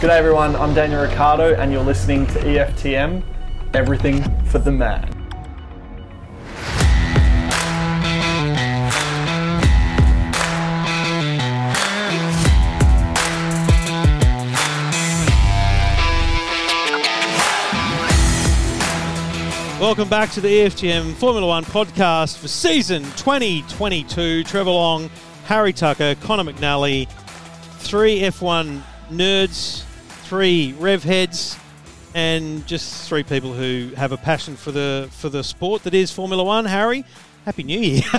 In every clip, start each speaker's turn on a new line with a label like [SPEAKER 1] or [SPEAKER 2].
[SPEAKER 1] G'day, everyone. I'm Daniel Ricardo, and you're listening to E EFTM Everything for the Man.
[SPEAKER 2] Welcome back to the E EFTM Formula One podcast for season 2022. Trevor Long, Harry Tucker, Connor McNally, three F1 nerds, three rev heads, and just three people who have a passion for the for the sport that is Formula One. Harry, Happy New Year!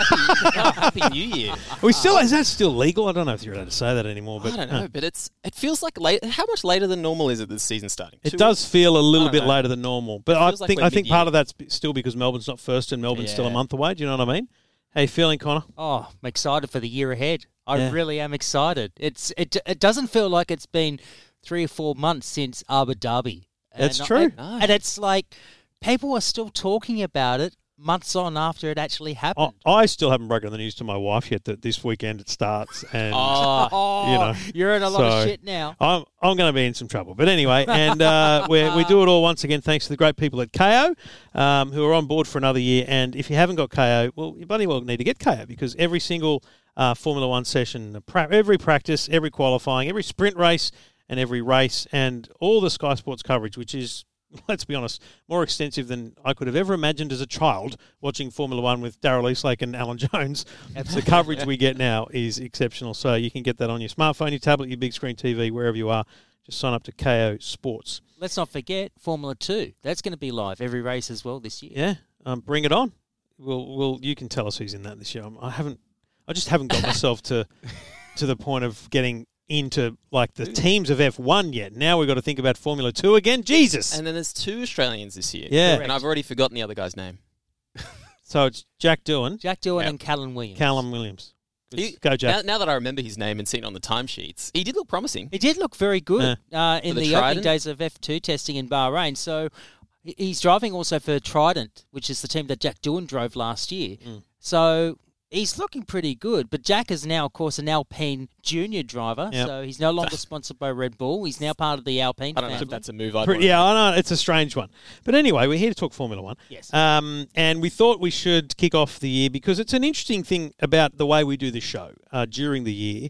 [SPEAKER 3] Oh, Happy New Year.
[SPEAKER 2] we still is that still legal? I don't know if you're allowed to say that anymore. But
[SPEAKER 3] I don't
[SPEAKER 2] uh,
[SPEAKER 3] know, but it's it feels like late. How much later than normal is it this season starting?
[SPEAKER 2] It
[SPEAKER 3] Two
[SPEAKER 2] does feel a little
[SPEAKER 3] don't
[SPEAKER 2] bit
[SPEAKER 3] know.
[SPEAKER 2] later than normal, but I
[SPEAKER 3] feels like
[SPEAKER 2] think
[SPEAKER 3] we're
[SPEAKER 2] I think part
[SPEAKER 3] mid-year.
[SPEAKER 2] of that's b- still because Melbourne's not first and Melbourne's still a
[SPEAKER 3] Yeah.
[SPEAKER 2] month away. Do you know what I mean? How you feeling, Connor?
[SPEAKER 4] Oh, I'm excited for the year ahead. I
[SPEAKER 2] Yeah.
[SPEAKER 4] really am excited. It's it it doesn't feel like it's been three or four months since Abu Dhabi.
[SPEAKER 2] That's
[SPEAKER 4] And I-
[SPEAKER 2] true.
[SPEAKER 4] and-
[SPEAKER 3] No.
[SPEAKER 4] and it's like people are still talking about it months on after it actually
[SPEAKER 2] I,
[SPEAKER 4] happened.
[SPEAKER 2] I still haven't broken the news to my wife yet that this weekend it starts, and
[SPEAKER 4] Oh.
[SPEAKER 2] you know,
[SPEAKER 4] are in a lot of
[SPEAKER 2] so-
[SPEAKER 4] shit now.
[SPEAKER 2] I'm I'm going to be in some trouble. But anyway, and uh, we we do it all once again thanks to the great people at KO, um, who are on board for another year. And if you haven't got KO, well, you bloody well need to get KO because every single uh, Formula One session, pra- every practice, every qualifying, every sprint race, and every race, and all the Sky Sports coverage, which is let's be honest, more extensive than I could have ever imagined as a child watching Formula One with Daryl Eastlake and Alan Jones. the coverage we get now is exceptional. So you can get that on your smartphone, your tablet, your big screen TV, wherever you are. Just sign up to KO Sports.
[SPEAKER 4] Let's not forget Formula Two. That's going to be live every race as well this year.
[SPEAKER 2] Yeah, um, bring it on. We'll, we'll, you can tell us who's in that this year. I'm, I haven't, I just haven't got myself to, to the point of getting into like the teams of F1 yet. Now we've got to think about Formula Two again. Jesus.
[SPEAKER 3] And then there's two Australians this year.
[SPEAKER 2] Yeah.
[SPEAKER 3] and I've already forgotten the other guy's name.
[SPEAKER 2] so it's Jack Doohan,
[SPEAKER 4] Jack Doohan
[SPEAKER 3] Yeah.
[SPEAKER 4] and Callan Williams.
[SPEAKER 2] Callum Williams.
[SPEAKER 3] He-
[SPEAKER 2] Go Jack.
[SPEAKER 3] Now, now that I remember his name and seen it on the timesheets, he did look promising.
[SPEAKER 4] He did look very good uh, in
[SPEAKER 3] For the
[SPEAKER 4] the,
[SPEAKER 3] Trident?
[SPEAKER 4] opening days of F2 testing in Bahrain. So he- he's driving also for Trident, which is the team that Jack Doohan drove last year.
[SPEAKER 2] Mm.
[SPEAKER 4] So he's looking pretty good. But Jack is now, of course, an Alpine junior driver.
[SPEAKER 2] Yep.
[SPEAKER 4] So he's no longer sponsored by Red Bull. He's now part of the Alpine
[SPEAKER 3] I don't know if
[SPEAKER 4] family.
[SPEAKER 3] that's a move. I'd
[SPEAKER 2] Pre-
[SPEAKER 3] want
[SPEAKER 2] yeah, I know it's a strange one, but anyway, we're here to talk Formula One.
[SPEAKER 4] Yes.
[SPEAKER 2] Um, and we thought we should kick off the year because it's an interesting thing about the way we do this show uh, during the year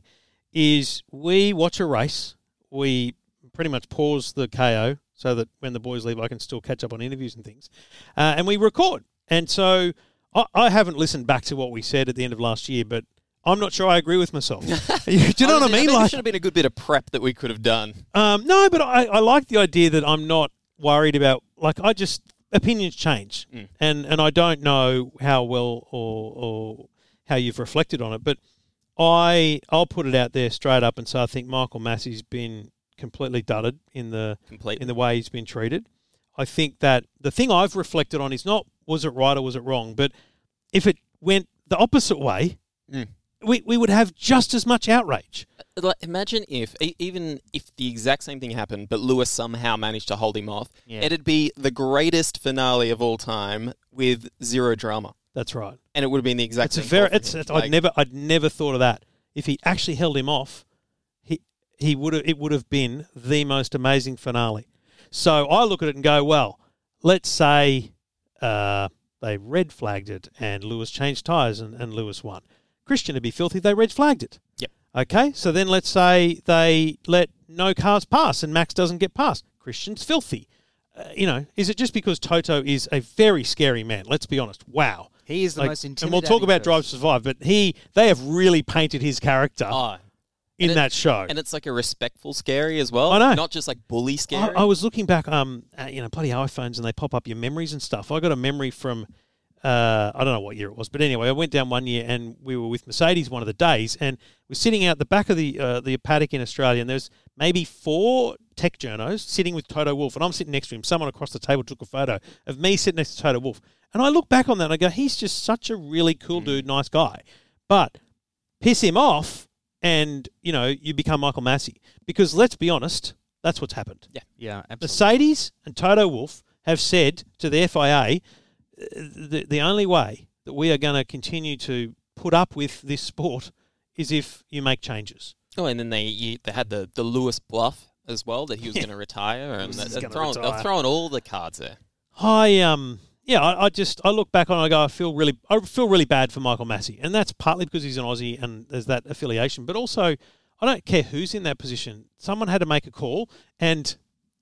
[SPEAKER 2] is we watch a race, we pretty much pause the KO so that when the boys leave, I can still catch up on interviews and things, uh, and we record. And so I, I haven't listened back to what we said at the end of last year, but I'm not sure I agree with myself. do you know what I mean?
[SPEAKER 3] There
[SPEAKER 2] Like
[SPEAKER 3] should have been a good bit of prep that we could have done.
[SPEAKER 2] um, no, but I, I like the idea that I'm not worried about. Like, I just opinions change,
[SPEAKER 3] Mm.
[SPEAKER 2] and and I don't know how well or or how you've reflected on it. But I I'll put it out there straight up and say I think Michael Massey's been completely dudded in the
[SPEAKER 3] Completely.
[SPEAKER 2] in the way he's been treated. I think that the thing I've reflected on is not was it right or was it wrong, but if it went the opposite way,
[SPEAKER 3] Mm.
[SPEAKER 2] we we would have just as much outrage.
[SPEAKER 3] Like, imagine if, e- even if the exact same thing happened, but Lewis somehow managed to hold him off,
[SPEAKER 4] Yeah.
[SPEAKER 3] it'd be the greatest finale of all time with zero drama.
[SPEAKER 2] That's right.
[SPEAKER 3] And it would have been the exact
[SPEAKER 2] It's a
[SPEAKER 3] same.
[SPEAKER 2] very.
[SPEAKER 3] call for
[SPEAKER 2] It's,
[SPEAKER 3] him.
[SPEAKER 2] it's,
[SPEAKER 3] Like,
[SPEAKER 2] I'd never. I'd never thought of that. If he actually held him off, he he would. It would have been the most amazing finale. So I look at it and go, well, let's say uh, they red flagged it and Lewis changed tyres and, and Lewis won. Christian would be filthy. They red flagged it.
[SPEAKER 3] Yep.
[SPEAKER 2] Okay. So then let's say they let no cars pass and Max doesn't get past. Christian's filthy. Uh, you know, is it just because Toto is a very scary man? Let's be honest. Wow.
[SPEAKER 4] He is the
[SPEAKER 2] Like,
[SPEAKER 4] most
[SPEAKER 2] and
[SPEAKER 4] intimidating.
[SPEAKER 2] we'll talk about
[SPEAKER 4] person.
[SPEAKER 2] Drive to Survive, but he they have really painted his character
[SPEAKER 4] Oh,
[SPEAKER 2] in
[SPEAKER 3] and it-
[SPEAKER 2] that show.
[SPEAKER 3] And it's like a respectful scary as well.
[SPEAKER 2] I know. Oh,
[SPEAKER 3] Not just like bully
[SPEAKER 2] I,
[SPEAKER 3] scary.
[SPEAKER 2] I was looking back, um, at, you know, bloody iPhones, and they pop up your memories and stuff. I got a memory from, uh, I don't know what year it was, but anyway, I went down one year and we were with Mercedes one of the days, and we're sitting out the back of the uh, the paddock in Australia, and there's maybe four tech journos sitting with Toto Wolf, and I'm sitting next to him. Someone across the table took a photo of me sitting next to Toto Wolf, and I look back on that and I go, he's just such a really cool dude, nice guy, but piss him off. And you know you become Michael Massey because let's be honest, that's what's happened.
[SPEAKER 4] yeah, absolutely.
[SPEAKER 2] Mercedes and Toto Wolf have said to the FIA uh, the, the only way that we are going to continue to put up with this sport is if you make changes.
[SPEAKER 3] oh, and then they you, they had the, the Lewis bluff as well that he was going to retire, and
[SPEAKER 2] Wilson's
[SPEAKER 3] they're,
[SPEAKER 2] gonna
[SPEAKER 3] throwing,
[SPEAKER 2] retire.
[SPEAKER 3] they're throwing all the cards there.
[SPEAKER 2] I um yeah, I, I just I look back on it, I go I feel really I feel really bad for Michael Massey, and that's partly because he's an Aussie and there's that affiliation, but also I don't care who's in that position. Someone had to make a call, and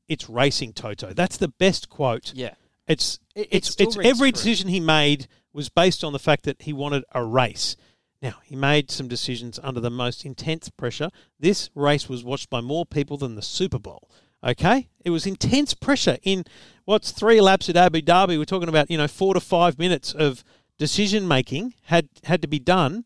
[SPEAKER 2] it's racing Toto. That's the best quote.
[SPEAKER 4] Yeah.
[SPEAKER 2] It's
[SPEAKER 4] It- it
[SPEAKER 2] it's
[SPEAKER 4] still
[SPEAKER 2] it's
[SPEAKER 4] rings
[SPEAKER 2] every
[SPEAKER 4] true.
[SPEAKER 2] decision he made was based on the fact that he wanted a race. Now he made some decisions under the most intense pressure. This race was watched by more people than the Super Bowl. Okay, it was intense pressure in what's three laps at Abu Dhabi. We're talking about you know four to five minutes of decision making had had to be done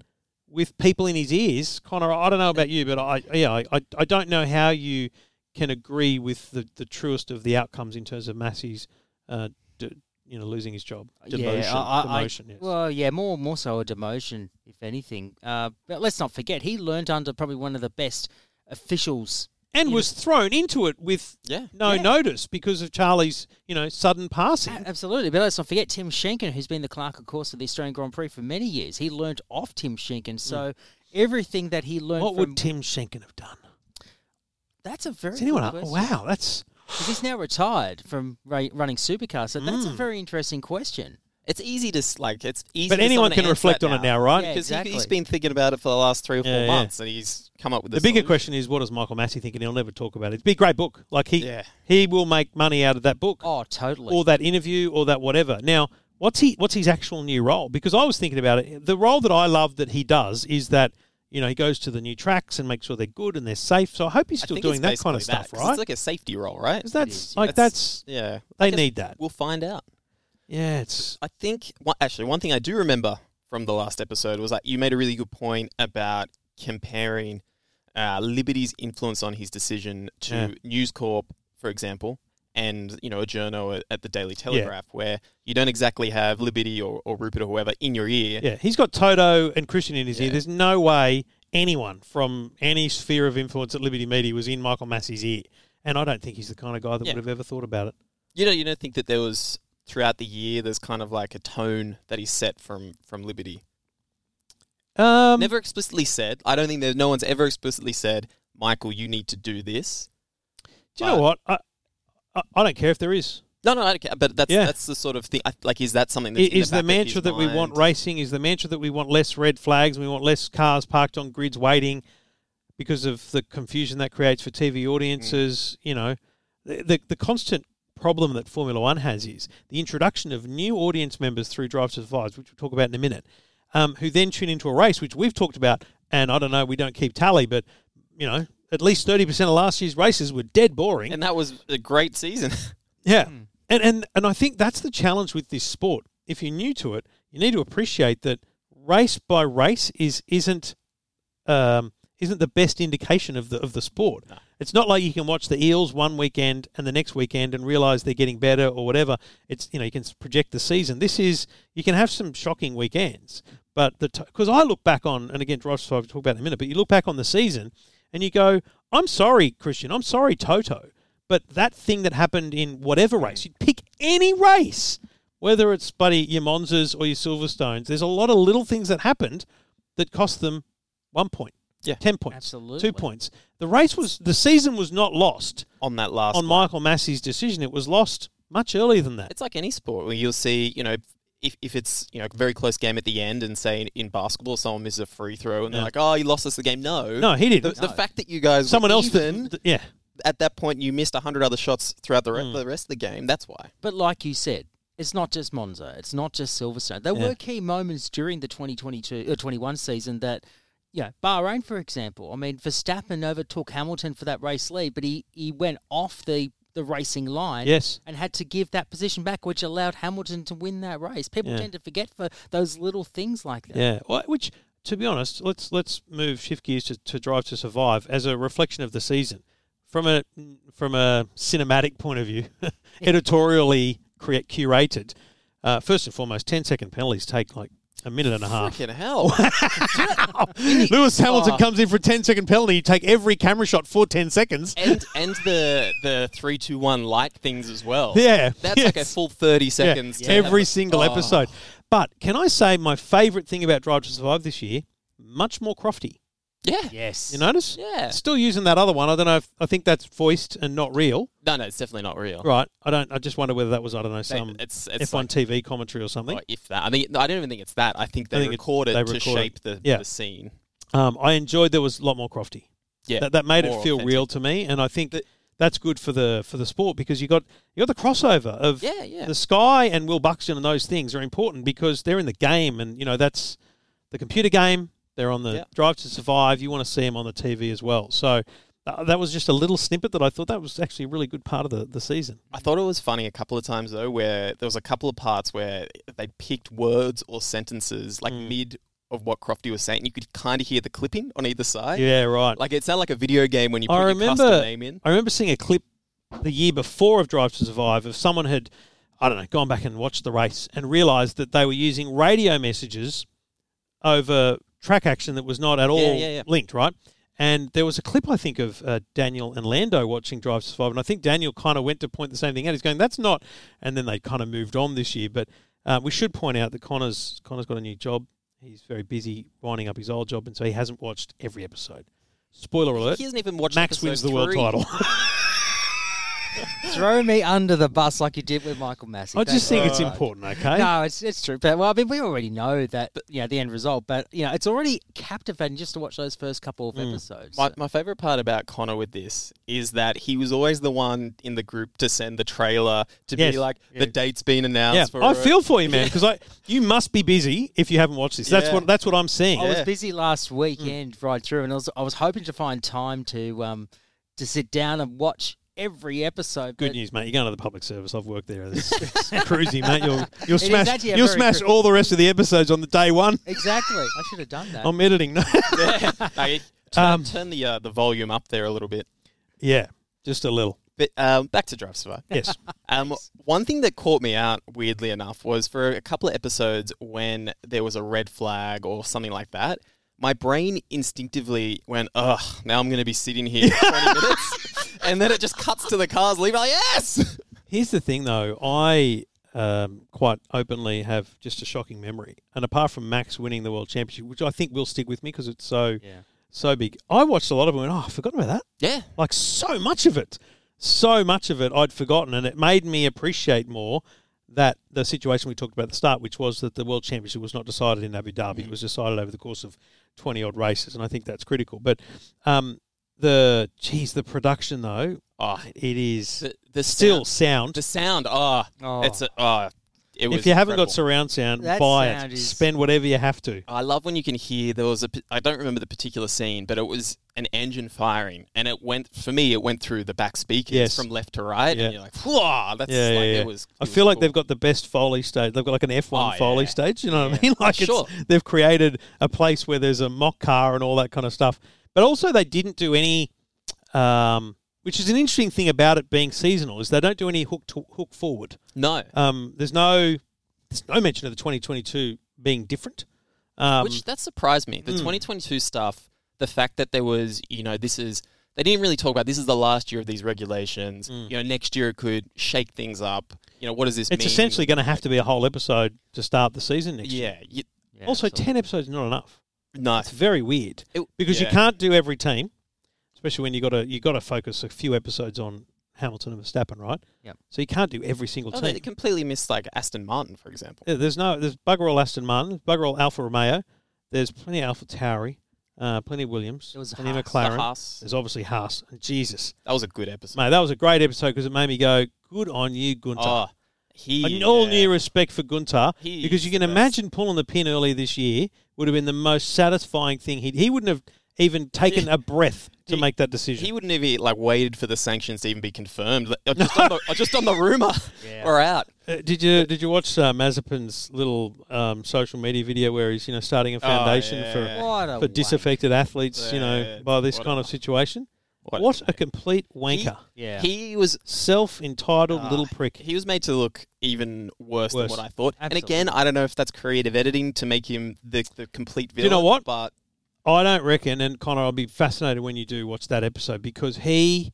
[SPEAKER 2] with people in his ears. Connor, I don't know about you, but I yeah I, I, I don't know how you can agree with the, the truest of the outcomes in terms of Massey's uh, d- you know losing his job demotion
[SPEAKER 4] yeah, I- I- I-
[SPEAKER 2] demotion yes.
[SPEAKER 4] Well, yeah, more more so a demotion, if anything. Uh, but let's not forget, he learned under probably one of the best officials.
[SPEAKER 2] and
[SPEAKER 4] you
[SPEAKER 2] was thrown into it with
[SPEAKER 3] Yeah.
[SPEAKER 2] no
[SPEAKER 4] Yeah.
[SPEAKER 2] notice because of Charlie's you know sudden passing.
[SPEAKER 4] A- Absolutely, but let's not forget Tim Schenken, who's been the clerk, of course, of the Australian Grand Prix for many years. He learned off Tim Schenken, so everything that he learned.
[SPEAKER 2] Mm. what
[SPEAKER 4] from,
[SPEAKER 2] would Tim Schenken have done?
[SPEAKER 4] That's a very.
[SPEAKER 2] Is anyone
[SPEAKER 4] good
[SPEAKER 2] up?
[SPEAKER 4] question.
[SPEAKER 2] Wow, that's
[SPEAKER 4] 'Cause he's now retired from ra- running supercars, so that's a
[SPEAKER 2] Mm.
[SPEAKER 4] very interesting question.
[SPEAKER 3] It's easy to s- like. It's easy.
[SPEAKER 2] but
[SPEAKER 3] for
[SPEAKER 2] anyone
[SPEAKER 3] someone to
[SPEAKER 2] can
[SPEAKER 3] answer
[SPEAKER 2] reflect
[SPEAKER 3] that
[SPEAKER 2] on it now, right?
[SPEAKER 4] Yeah,
[SPEAKER 3] because he- he's
[SPEAKER 4] exactly.
[SPEAKER 3] been thinking about it for the last three or four
[SPEAKER 2] Yeah, yeah.
[SPEAKER 3] months, and he's come up with
[SPEAKER 2] The bigger question is, what does Michael Massey think? And he'll never talk about it. It'd be a great book. Like he,
[SPEAKER 3] Yeah.
[SPEAKER 2] he will make money out of that book.
[SPEAKER 4] Oh, totally.
[SPEAKER 2] or that interview or that whatever. Now, what's he what's his actual new role? Because I was thinking about it. The role that I love that he does is that you know he goes to the new tracks and makes sure they're good and they're safe. So I hope he's
[SPEAKER 3] I
[SPEAKER 2] still
[SPEAKER 3] think
[SPEAKER 2] doing
[SPEAKER 3] it's
[SPEAKER 2] that kind of
[SPEAKER 3] basically that,
[SPEAKER 2] stuff,
[SPEAKER 3] 'cause
[SPEAKER 2] right?
[SPEAKER 3] It's like a safety role, right?
[SPEAKER 2] 'Cause
[SPEAKER 4] is,
[SPEAKER 2] that's
[SPEAKER 4] yeah.
[SPEAKER 2] like that's,
[SPEAKER 3] Yeah,
[SPEAKER 2] they
[SPEAKER 3] guess
[SPEAKER 2] need that.
[SPEAKER 3] We'll find out.
[SPEAKER 2] yeah, it's
[SPEAKER 3] I think one, actually one thing I do remember from the last episode was that you made a really good point about comparing uh, Liberty's influence on his decision to
[SPEAKER 2] Yeah.
[SPEAKER 3] News Corp, for example, and you know a journo at, at the Daily Telegraph, where you don't exactly have Liberty or, or Rupert or whoever in your ear.
[SPEAKER 2] yeah. He's got Toto and Christian in his ear. There's no way anyone from any sphere of influence at Liberty Media was in Michael Massey's ear. And I don't think he's the kind of guy that
[SPEAKER 3] Yeah.
[SPEAKER 2] would have ever thought about it.
[SPEAKER 3] You know, you don't think that there was throughout the year there's kind of like a tone that he set from from Liberty.
[SPEAKER 2] Um,
[SPEAKER 3] Never explicitly said. I don't think that no one's ever explicitly said, Michael, you need to do this.
[SPEAKER 2] Do you know what? I, I I don't care if there is.
[SPEAKER 3] No, no, I don't care. But that's
[SPEAKER 2] Yeah.
[SPEAKER 3] that's the sort of thing. I, like, is that something? That's
[SPEAKER 2] I-
[SPEAKER 3] in
[SPEAKER 2] is the,
[SPEAKER 3] back of his
[SPEAKER 2] mantra that we want
[SPEAKER 3] mind?
[SPEAKER 2] racing? Is the mantra that we want less red flags? We want less cars parked on grids waiting because of the confusion that creates for TV audiences.
[SPEAKER 3] Mm.
[SPEAKER 2] You know, the, the the constant problem that Formula One has is the introduction of new audience members through Drive to Survive, which we'll talk about in a minute, um, who then tune into a race, which we've talked about, and I don't know, we don't keep tally, but you know, at least thirty percent of last year's races were dead boring.
[SPEAKER 3] And that was a great season.
[SPEAKER 2] Yeah. And, and and I think that's the challenge with this sport. If you're new to it, you need to appreciate that race by race is isn't um, isn't the best indication of the of the sport. It's not like you can watch the Eels one weekend and the next weekend and realize they're getting better or whatever. It's you know you can s- project the season. This is you can have some shocking weekends, but the because I look back on and again, drive Survive, we'll talk about in a minute. But you look back on the season and you go, I'm sorry, Christian, I'm sorry, Toto, but that thing that happened in whatever race, you'd pick any race, whether it's buddy your Monzas or your Silverstones. There's a lot of little things that happened that cost them one point,
[SPEAKER 3] Yeah.
[SPEAKER 2] ten points,
[SPEAKER 4] Absolutely.
[SPEAKER 2] two points. The race was the season was not lost
[SPEAKER 3] on that last
[SPEAKER 2] on
[SPEAKER 3] one.
[SPEAKER 2] Michael Massey's decision. It was lost much earlier than that.
[SPEAKER 3] It's like any sport where you'll see, you know, if, if it's you know a very close game at the end, and say in, in basketball someone misses a free throw, and
[SPEAKER 2] Yeah.
[SPEAKER 3] they're like, "Oh, you lost us the game." No,
[SPEAKER 2] no, he
[SPEAKER 3] The,
[SPEAKER 2] didn't.
[SPEAKER 3] the fact that you guys
[SPEAKER 2] Someone else
[SPEAKER 3] even
[SPEAKER 2] did. Yeah,
[SPEAKER 3] at that point you missed hundred other shots throughout the, re-
[SPEAKER 2] Hmm.
[SPEAKER 3] the rest of the game. That's why.
[SPEAKER 4] But like you said, it's not just Monza, it's not just Silverstone. There
[SPEAKER 2] Yeah.
[SPEAKER 4] were key moments during the 2022 or 21 season that, you know, Bahrain, for example. I mean, Verstappen overtook Hamilton for that race lead, but he, he went off the, the racing line
[SPEAKER 2] yes.
[SPEAKER 4] and had to give that position back, which allowed Hamilton to win that race. People
[SPEAKER 2] Yeah.
[SPEAKER 4] tend to forget for those little things like that.
[SPEAKER 2] Yeah, Well, which to be honest, let's let's move shift gears to, to Drive to Survive as a reflection of the season from a from a cinematic point of view, editorially create, curated. Uh, first and foremost, 10-second penalties take like a minute and a half.
[SPEAKER 3] Freaking hell!
[SPEAKER 2] Lewis Hamilton
[SPEAKER 3] Oh.
[SPEAKER 2] comes in for a 10-second penalty. You take every camera shot for 10 seconds.
[SPEAKER 3] and and the the three two one light things as well.
[SPEAKER 2] Yeah.
[SPEAKER 3] that's like a
[SPEAKER 2] Yes.
[SPEAKER 3] full thirty
[SPEAKER 2] Yeah,
[SPEAKER 3] seconds. to
[SPEAKER 2] every
[SPEAKER 3] have-
[SPEAKER 2] single
[SPEAKER 3] Oh.
[SPEAKER 2] episode. But can I say my favourite thing about Drive to Survive this year? Much more crofty.
[SPEAKER 3] Yeah.
[SPEAKER 4] Yes.
[SPEAKER 2] You notice?
[SPEAKER 3] Yeah.
[SPEAKER 2] Still using that other one. I don't know if I think that's voiced and not real.
[SPEAKER 3] No, no, it's definitely not real.
[SPEAKER 2] Right. I don't I just wonder whether that was I don't know
[SPEAKER 3] They-
[SPEAKER 2] some
[SPEAKER 3] it's uh, it's
[SPEAKER 2] F1 TV commentary or something.
[SPEAKER 3] like, or if that. I think no, I don't even think it's that. I think they
[SPEAKER 2] think it-
[SPEAKER 3] record it
[SPEAKER 2] they
[SPEAKER 3] to
[SPEAKER 2] record it.
[SPEAKER 3] shape the,
[SPEAKER 2] Yeah.
[SPEAKER 3] the scene.
[SPEAKER 2] Um, I enjoyed there was a lot more crofty.
[SPEAKER 3] Yeah,
[SPEAKER 2] that, that made it
[SPEAKER 3] more
[SPEAKER 2] feel real to me, and I think that that's good for the for the sport because you got you got the crossover of
[SPEAKER 3] Yeah, yeah.
[SPEAKER 2] the Sky and Will Buxton and those things are important because they're in the game, and you know that's the computer game. They're on the
[SPEAKER 3] Yeah.
[SPEAKER 2] Drive to Survive. You want to see them on the TV as well. So uh, that was just a little snippet that I thought that was actually a really good part of the, the season.
[SPEAKER 3] I thought it was funny a couple of times though, where there was a couple of parts where they picked words or sentences like
[SPEAKER 2] Mm.
[SPEAKER 3] mid of what Crofty was saying. You could kind of hear the clipping on either side.
[SPEAKER 2] Yeah, right.
[SPEAKER 3] Like it sounded like a video game when you put
[SPEAKER 2] I
[SPEAKER 3] your
[SPEAKER 2] remember.
[SPEAKER 3] custom name in.
[SPEAKER 2] I remember seeing a clip the year before of Drive to Survive of someone had, I don't know, gone back and watched the race and realised that they were using radio messages over track action that was not at all
[SPEAKER 3] yeah, yeah.
[SPEAKER 2] linked, right? And there was a clip, I think, of uh, Daniel and Lando watching Drive to Survive, and I think Daniel kind of went to point the same thing out. He's going, "That's not," and then they kind of moved on this year. But uh, we should point out that Connor's Connor's got a new job. He's very busy winding up his old job, and so he hasn't watched every episode. Spoiler alert:
[SPEAKER 3] He hasn't even watched
[SPEAKER 2] Max wins
[SPEAKER 3] episode
[SPEAKER 2] the world
[SPEAKER 3] three.
[SPEAKER 2] title.
[SPEAKER 4] Throw me under the bus like you did with Michael Massey.
[SPEAKER 2] I
[SPEAKER 4] Don't
[SPEAKER 2] just think
[SPEAKER 4] worry
[SPEAKER 2] it's
[SPEAKER 4] about it.
[SPEAKER 2] important, okay?
[SPEAKER 4] No, it's it's true. But well, I mean, we already know that you know the end result. But you know, it's already captivating just to watch those first couple
[SPEAKER 2] Mm.
[SPEAKER 4] of episodes.
[SPEAKER 3] My, my favorite part about Connor with this is that he was always the one in the group to send the trailer to
[SPEAKER 2] Yes.
[SPEAKER 3] be like the date's been announced.
[SPEAKER 2] Yeah,
[SPEAKER 3] for
[SPEAKER 2] I
[SPEAKER 3] it."
[SPEAKER 2] feel for you, man, because I you must be busy if you haven't watched this. That's
[SPEAKER 3] Yeah.
[SPEAKER 2] what that's what I'm seeing.
[SPEAKER 4] I was
[SPEAKER 3] Yeah.
[SPEAKER 4] busy last
[SPEAKER 2] Mm.
[SPEAKER 4] weekend right through, and I was I was hoping to find time to um to sit down and watch every episode.
[SPEAKER 2] Good
[SPEAKER 4] but
[SPEAKER 2] news, mate. You're going to the public service. I've worked there. It's, it's cruisy, mate. You'll you'll
[SPEAKER 4] is
[SPEAKER 2] smash
[SPEAKER 4] actually a
[SPEAKER 2] you'll
[SPEAKER 4] very
[SPEAKER 2] smash
[SPEAKER 4] cru-
[SPEAKER 2] all the rest of the episodes on the day one.
[SPEAKER 4] Exactly. I should have done that.
[SPEAKER 2] I'm editing. No.
[SPEAKER 3] Like, turn,
[SPEAKER 2] Um,
[SPEAKER 3] turn the uh, the volume up there a little bit.
[SPEAKER 2] yeah, just a little.
[SPEAKER 3] But um, back to Drive Survive.
[SPEAKER 2] Yes.
[SPEAKER 3] Um, one thing that caught me out, weirdly enough, was for a couple of episodes when there was a red flag or something like that. My brain instinctively went, "Ugh, now I'm going to be sitting here for 20 minutes," and then it just cuts to the cars leaving. Like, yes,
[SPEAKER 2] Here's the thing, though. I um, quite openly have just a shocking memory, and apart from Max winning the world championship, which I think will stick with me because it's so
[SPEAKER 4] Yeah.
[SPEAKER 2] so big. I watched a lot of it. and Went, oh, I forgot about that.
[SPEAKER 3] yeah,
[SPEAKER 2] like so much of it, so much of it I'd forgotten, and it made me appreciate more that the situation we talked about at the start, which was that the world championship was not decided in Abu Dhabi, it was decided over the course of twenty odd races, and I think that's critical. But um, the geez, the production though, oh, it is
[SPEAKER 3] the, the
[SPEAKER 2] still
[SPEAKER 3] sound,
[SPEAKER 2] sound.
[SPEAKER 3] the sound. Oh,
[SPEAKER 4] Oh.
[SPEAKER 3] it's a, oh, it was.
[SPEAKER 2] If you haven't got
[SPEAKER 3] incredible.
[SPEAKER 2] surround sound,
[SPEAKER 4] That
[SPEAKER 2] buy
[SPEAKER 4] sound
[SPEAKER 2] it.
[SPEAKER 4] is-
[SPEAKER 2] Spend whatever you have to.
[SPEAKER 3] I love when you can hear there was a. p- I don't remember the particular scene, but it was an engine firing, and it went for me. It went through the back speakers
[SPEAKER 2] Yes.
[SPEAKER 3] from left to right,
[SPEAKER 2] Yeah.
[SPEAKER 3] and you're like, "Whoa, that's
[SPEAKER 2] Yeah,
[SPEAKER 3] like
[SPEAKER 2] yeah, yeah.
[SPEAKER 3] it was."
[SPEAKER 2] I
[SPEAKER 3] it was
[SPEAKER 2] feel like
[SPEAKER 3] cool.
[SPEAKER 2] they've got the best Foley stage. They've got like an F
[SPEAKER 3] Oh,
[SPEAKER 2] one
[SPEAKER 3] yeah,
[SPEAKER 2] Foley
[SPEAKER 3] yeah.
[SPEAKER 2] stage. You know what I mean? Like
[SPEAKER 3] Sure.
[SPEAKER 2] it's, they've created a place where there's a mock car and all that kind of stuff. But also they didn't do any, um, which is an interesting thing about it being seasonal is they don't do any hook to, hook forward.
[SPEAKER 3] no,
[SPEAKER 2] Um, there's no there's no mention of the 2022 being different. Um, mm.
[SPEAKER 3] which that surprised me. The 2022 stuff, the fact that there was, you know, this is they didn't really talk about. This is the last year of these regulations. You know, next year it could shake things up. You know, what does this
[SPEAKER 2] Mm. it's
[SPEAKER 3] mean?
[SPEAKER 2] essentially going to have to be a whole episode to start the season next year.
[SPEAKER 3] yeah, you,
[SPEAKER 4] Yeah,
[SPEAKER 2] Also,
[SPEAKER 4] so-
[SPEAKER 2] ten episodes is not enough.
[SPEAKER 3] no,
[SPEAKER 2] It's very weird
[SPEAKER 3] It-
[SPEAKER 2] because you
[SPEAKER 3] yeah.
[SPEAKER 2] can't do every team, especially when you got to you got to focus a few episodes on Hamilton and Verstappen, right?
[SPEAKER 4] Yep.
[SPEAKER 2] So you can't do every single
[SPEAKER 3] Oh,
[SPEAKER 2] team.
[SPEAKER 3] they completely missed like Aston Martin, for example.
[SPEAKER 2] Yeah, There's no there's bugger all Aston Martin, bugger all Alfa Romeo. There's plenty of Alfa Tauri, uh, plenty of Williams,
[SPEAKER 4] There was
[SPEAKER 2] plenty
[SPEAKER 4] Haas.
[SPEAKER 2] of McLaren.
[SPEAKER 3] The Haas.
[SPEAKER 2] There's obviously Haas. Jesus,
[SPEAKER 3] That was a good episode.
[SPEAKER 2] mate, that was a great episode because it made me go, "Good on you, Gunter."
[SPEAKER 3] Oh, he
[SPEAKER 2] An all
[SPEAKER 3] yeah.
[SPEAKER 2] new respect for Gunter
[SPEAKER 3] He
[SPEAKER 2] because
[SPEAKER 3] is
[SPEAKER 2] you can
[SPEAKER 3] the best.
[SPEAKER 2] imagine pulling the pin early this year would have been the most satisfying thing. He he wouldn't have even taken a breath to
[SPEAKER 3] He-
[SPEAKER 2] make that decision.
[SPEAKER 3] He wouldn't have e- like waited for the sanctions to even be confirmed. Like, uh, Just, on, the, uh, just on the rumor,
[SPEAKER 4] Yeah.
[SPEAKER 3] we're out.
[SPEAKER 2] Uh, did you did you watch uh, Mazepin's little um, social media video where he's you know starting a foundation
[SPEAKER 3] yeah,
[SPEAKER 2] for
[SPEAKER 3] Oh, yeah.
[SPEAKER 4] What a
[SPEAKER 2] for
[SPEAKER 4] wank.
[SPEAKER 2] disaffected athletes you know
[SPEAKER 3] Yeah,
[SPEAKER 2] by this
[SPEAKER 3] what
[SPEAKER 2] kind
[SPEAKER 3] a-
[SPEAKER 2] of situation?
[SPEAKER 3] what
[SPEAKER 2] What,
[SPEAKER 3] a
[SPEAKER 2] a complete wanker,
[SPEAKER 4] Yeah.
[SPEAKER 3] He was
[SPEAKER 2] self entitled
[SPEAKER 3] Ah,
[SPEAKER 2] little prick.
[SPEAKER 3] he was made to look even worse,
[SPEAKER 2] Worse.
[SPEAKER 3] than what I thought. And
[SPEAKER 4] Absolutely.
[SPEAKER 3] again, I don't know if that's creative editing to make him the, the complete villain.
[SPEAKER 2] you know what?
[SPEAKER 3] But
[SPEAKER 2] I don't reckon, and Connor, I'll be fascinated when you do watch that episode because he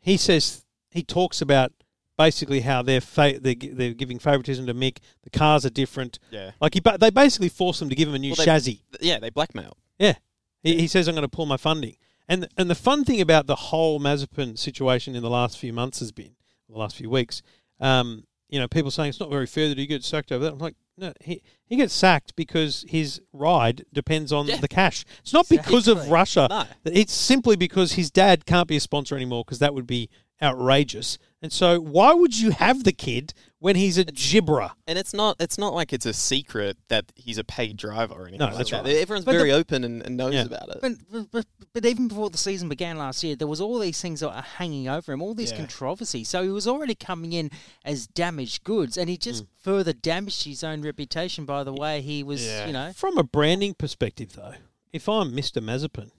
[SPEAKER 2] he says he talks about basically how they're fa- they're, gi- they're giving favoritism to Mick. The cars are different.
[SPEAKER 3] yeah,
[SPEAKER 2] Like he, ba- they basically force them to give him a new
[SPEAKER 3] Well, they-
[SPEAKER 2] chassis.
[SPEAKER 3] yeah, they blackmailed.
[SPEAKER 2] Yeah, He, he says, I'm going to pull my funding. And, and the fun thing about the whole Mazepin situation in the last few months has been, the last few weeks, um, you know, people saying it's not very fair that he gets sacked over that. I'm like, no, he, he gets sacked because his ride depends on
[SPEAKER 3] Yeah.
[SPEAKER 2] the cash. It's not because of
[SPEAKER 4] Exactly.
[SPEAKER 2] Russia.
[SPEAKER 3] No.
[SPEAKER 2] It's simply because his dad can't be a sponsor anymore because that would be outrageous. And so why would you have the kid when he's a gibberer?
[SPEAKER 3] And it's not it's not like it's a secret that he's a paid driver or anything
[SPEAKER 2] No,
[SPEAKER 3] like
[SPEAKER 2] that's
[SPEAKER 3] that.
[SPEAKER 2] right.
[SPEAKER 3] Everyone's
[SPEAKER 2] But
[SPEAKER 3] very open and, and knows
[SPEAKER 2] Yeah.
[SPEAKER 3] about it.
[SPEAKER 4] But, but- but, but even before the season began last year, there was all these things that are hanging over him, all these
[SPEAKER 2] Yeah.
[SPEAKER 4] controversy. So he was already coming in as damaged goods, and he just further damaged his own reputation by the way he was, you know.
[SPEAKER 2] From a branding perspective, though, if I'm Mr. Mazepin,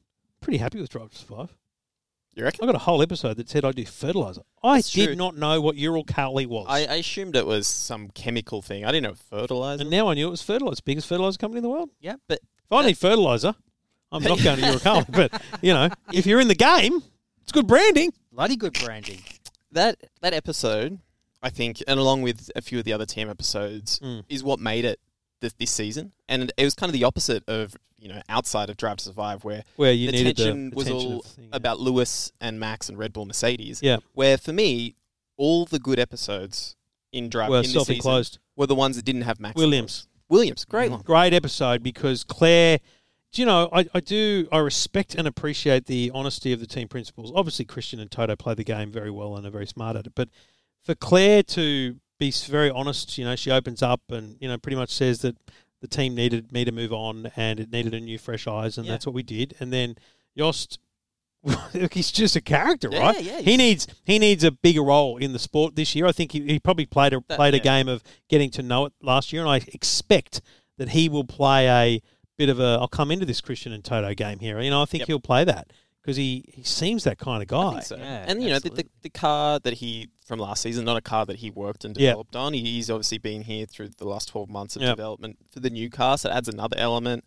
[SPEAKER 2] pretty happy with Drive to Survive.
[SPEAKER 3] you reckon?
[SPEAKER 2] I got a whole episode that said I do fertilizer. I
[SPEAKER 3] That's
[SPEAKER 2] did
[SPEAKER 3] true.
[SPEAKER 2] not know what ural kali was,
[SPEAKER 3] I, I assumed it was some chemical thing. I didn't know fertilizer.
[SPEAKER 2] and now I knew it was fertilizer. Biggest fertilizer company in the world.
[SPEAKER 4] Yeah,
[SPEAKER 3] but-
[SPEAKER 2] if I need fertilizer, I'm not going to ural kali. But you know, if you're in the game, it's good branding.
[SPEAKER 4] Bloody good branding.
[SPEAKER 3] that that episode, I think, and along with a few of the other team episodes,
[SPEAKER 2] Mm.
[SPEAKER 3] is what made it this, this season. And it was kind of the opposite of you know outside of Drive to Survive, where
[SPEAKER 2] Where you
[SPEAKER 3] the
[SPEAKER 2] needed
[SPEAKER 3] tension
[SPEAKER 2] the, the
[SPEAKER 3] was
[SPEAKER 2] tension
[SPEAKER 3] all
[SPEAKER 2] of the thing, yeah.
[SPEAKER 3] about Lewis and Max and Red Bull Mercedes.
[SPEAKER 2] Yeah.
[SPEAKER 3] Where for me, all the good episodes in Drive
[SPEAKER 2] Were
[SPEAKER 3] in this season
[SPEAKER 2] self-enclosed.
[SPEAKER 3] were the ones that didn't have Max and
[SPEAKER 2] Williams. Mm.
[SPEAKER 3] Lewis. Williams, great one.
[SPEAKER 2] Great episode because Claire, do you know, I, I do, I respect and appreciate the honesty of the team principals. Obviously, Christian and Toto play the game very well and are very smart at it. But for Claire to be s- very honest, you know, she opens up and, you know, pretty much says that the team needed me to move on and it needed a new fresh eyes and
[SPEAKER 3] Yeah.
[SPEAKER 2] that's what we did. And then Yost. he's just a character,
[SPEAKER 3] Yeah,
[SPEAKER 2] right?
[SPEAKER 3] yeah,
[SPEAKER 2] he
[SPEAKER 3] he's-
[SPEAKER 2] needs he needs a bigger role in the sport this year. I think he, he probably played a
[SPEAKER 3] That-
[SPEAKER 2] played a
[SPEAKER 3] yeah.
[SPEAKER 2] game of getting to know it last year, and I expect that he will play a bit of a. I'll come into this Christian and Toto game here. You know, I think
[SPEAKER 3] Yep.
[SPEAKER 2] he'll play that because he, he seems that kind of guy.
[SPEAKER 3] I think so.
[SPEAKER 4] Yeah,
[SPEAKER 3] and you know the, the,
[SPEAKER 4] absolutely.
[SPEAKER 3] the car that he from last season, not a car that he worked and
[SPEAKER 2] Yeah.
[SPEAKER 3] developed on. He- He's obviously been here through the last twelve months of
[SPEAKER 2] Yeah.
[SPEAKER 3] development for the new car, so it adds another element.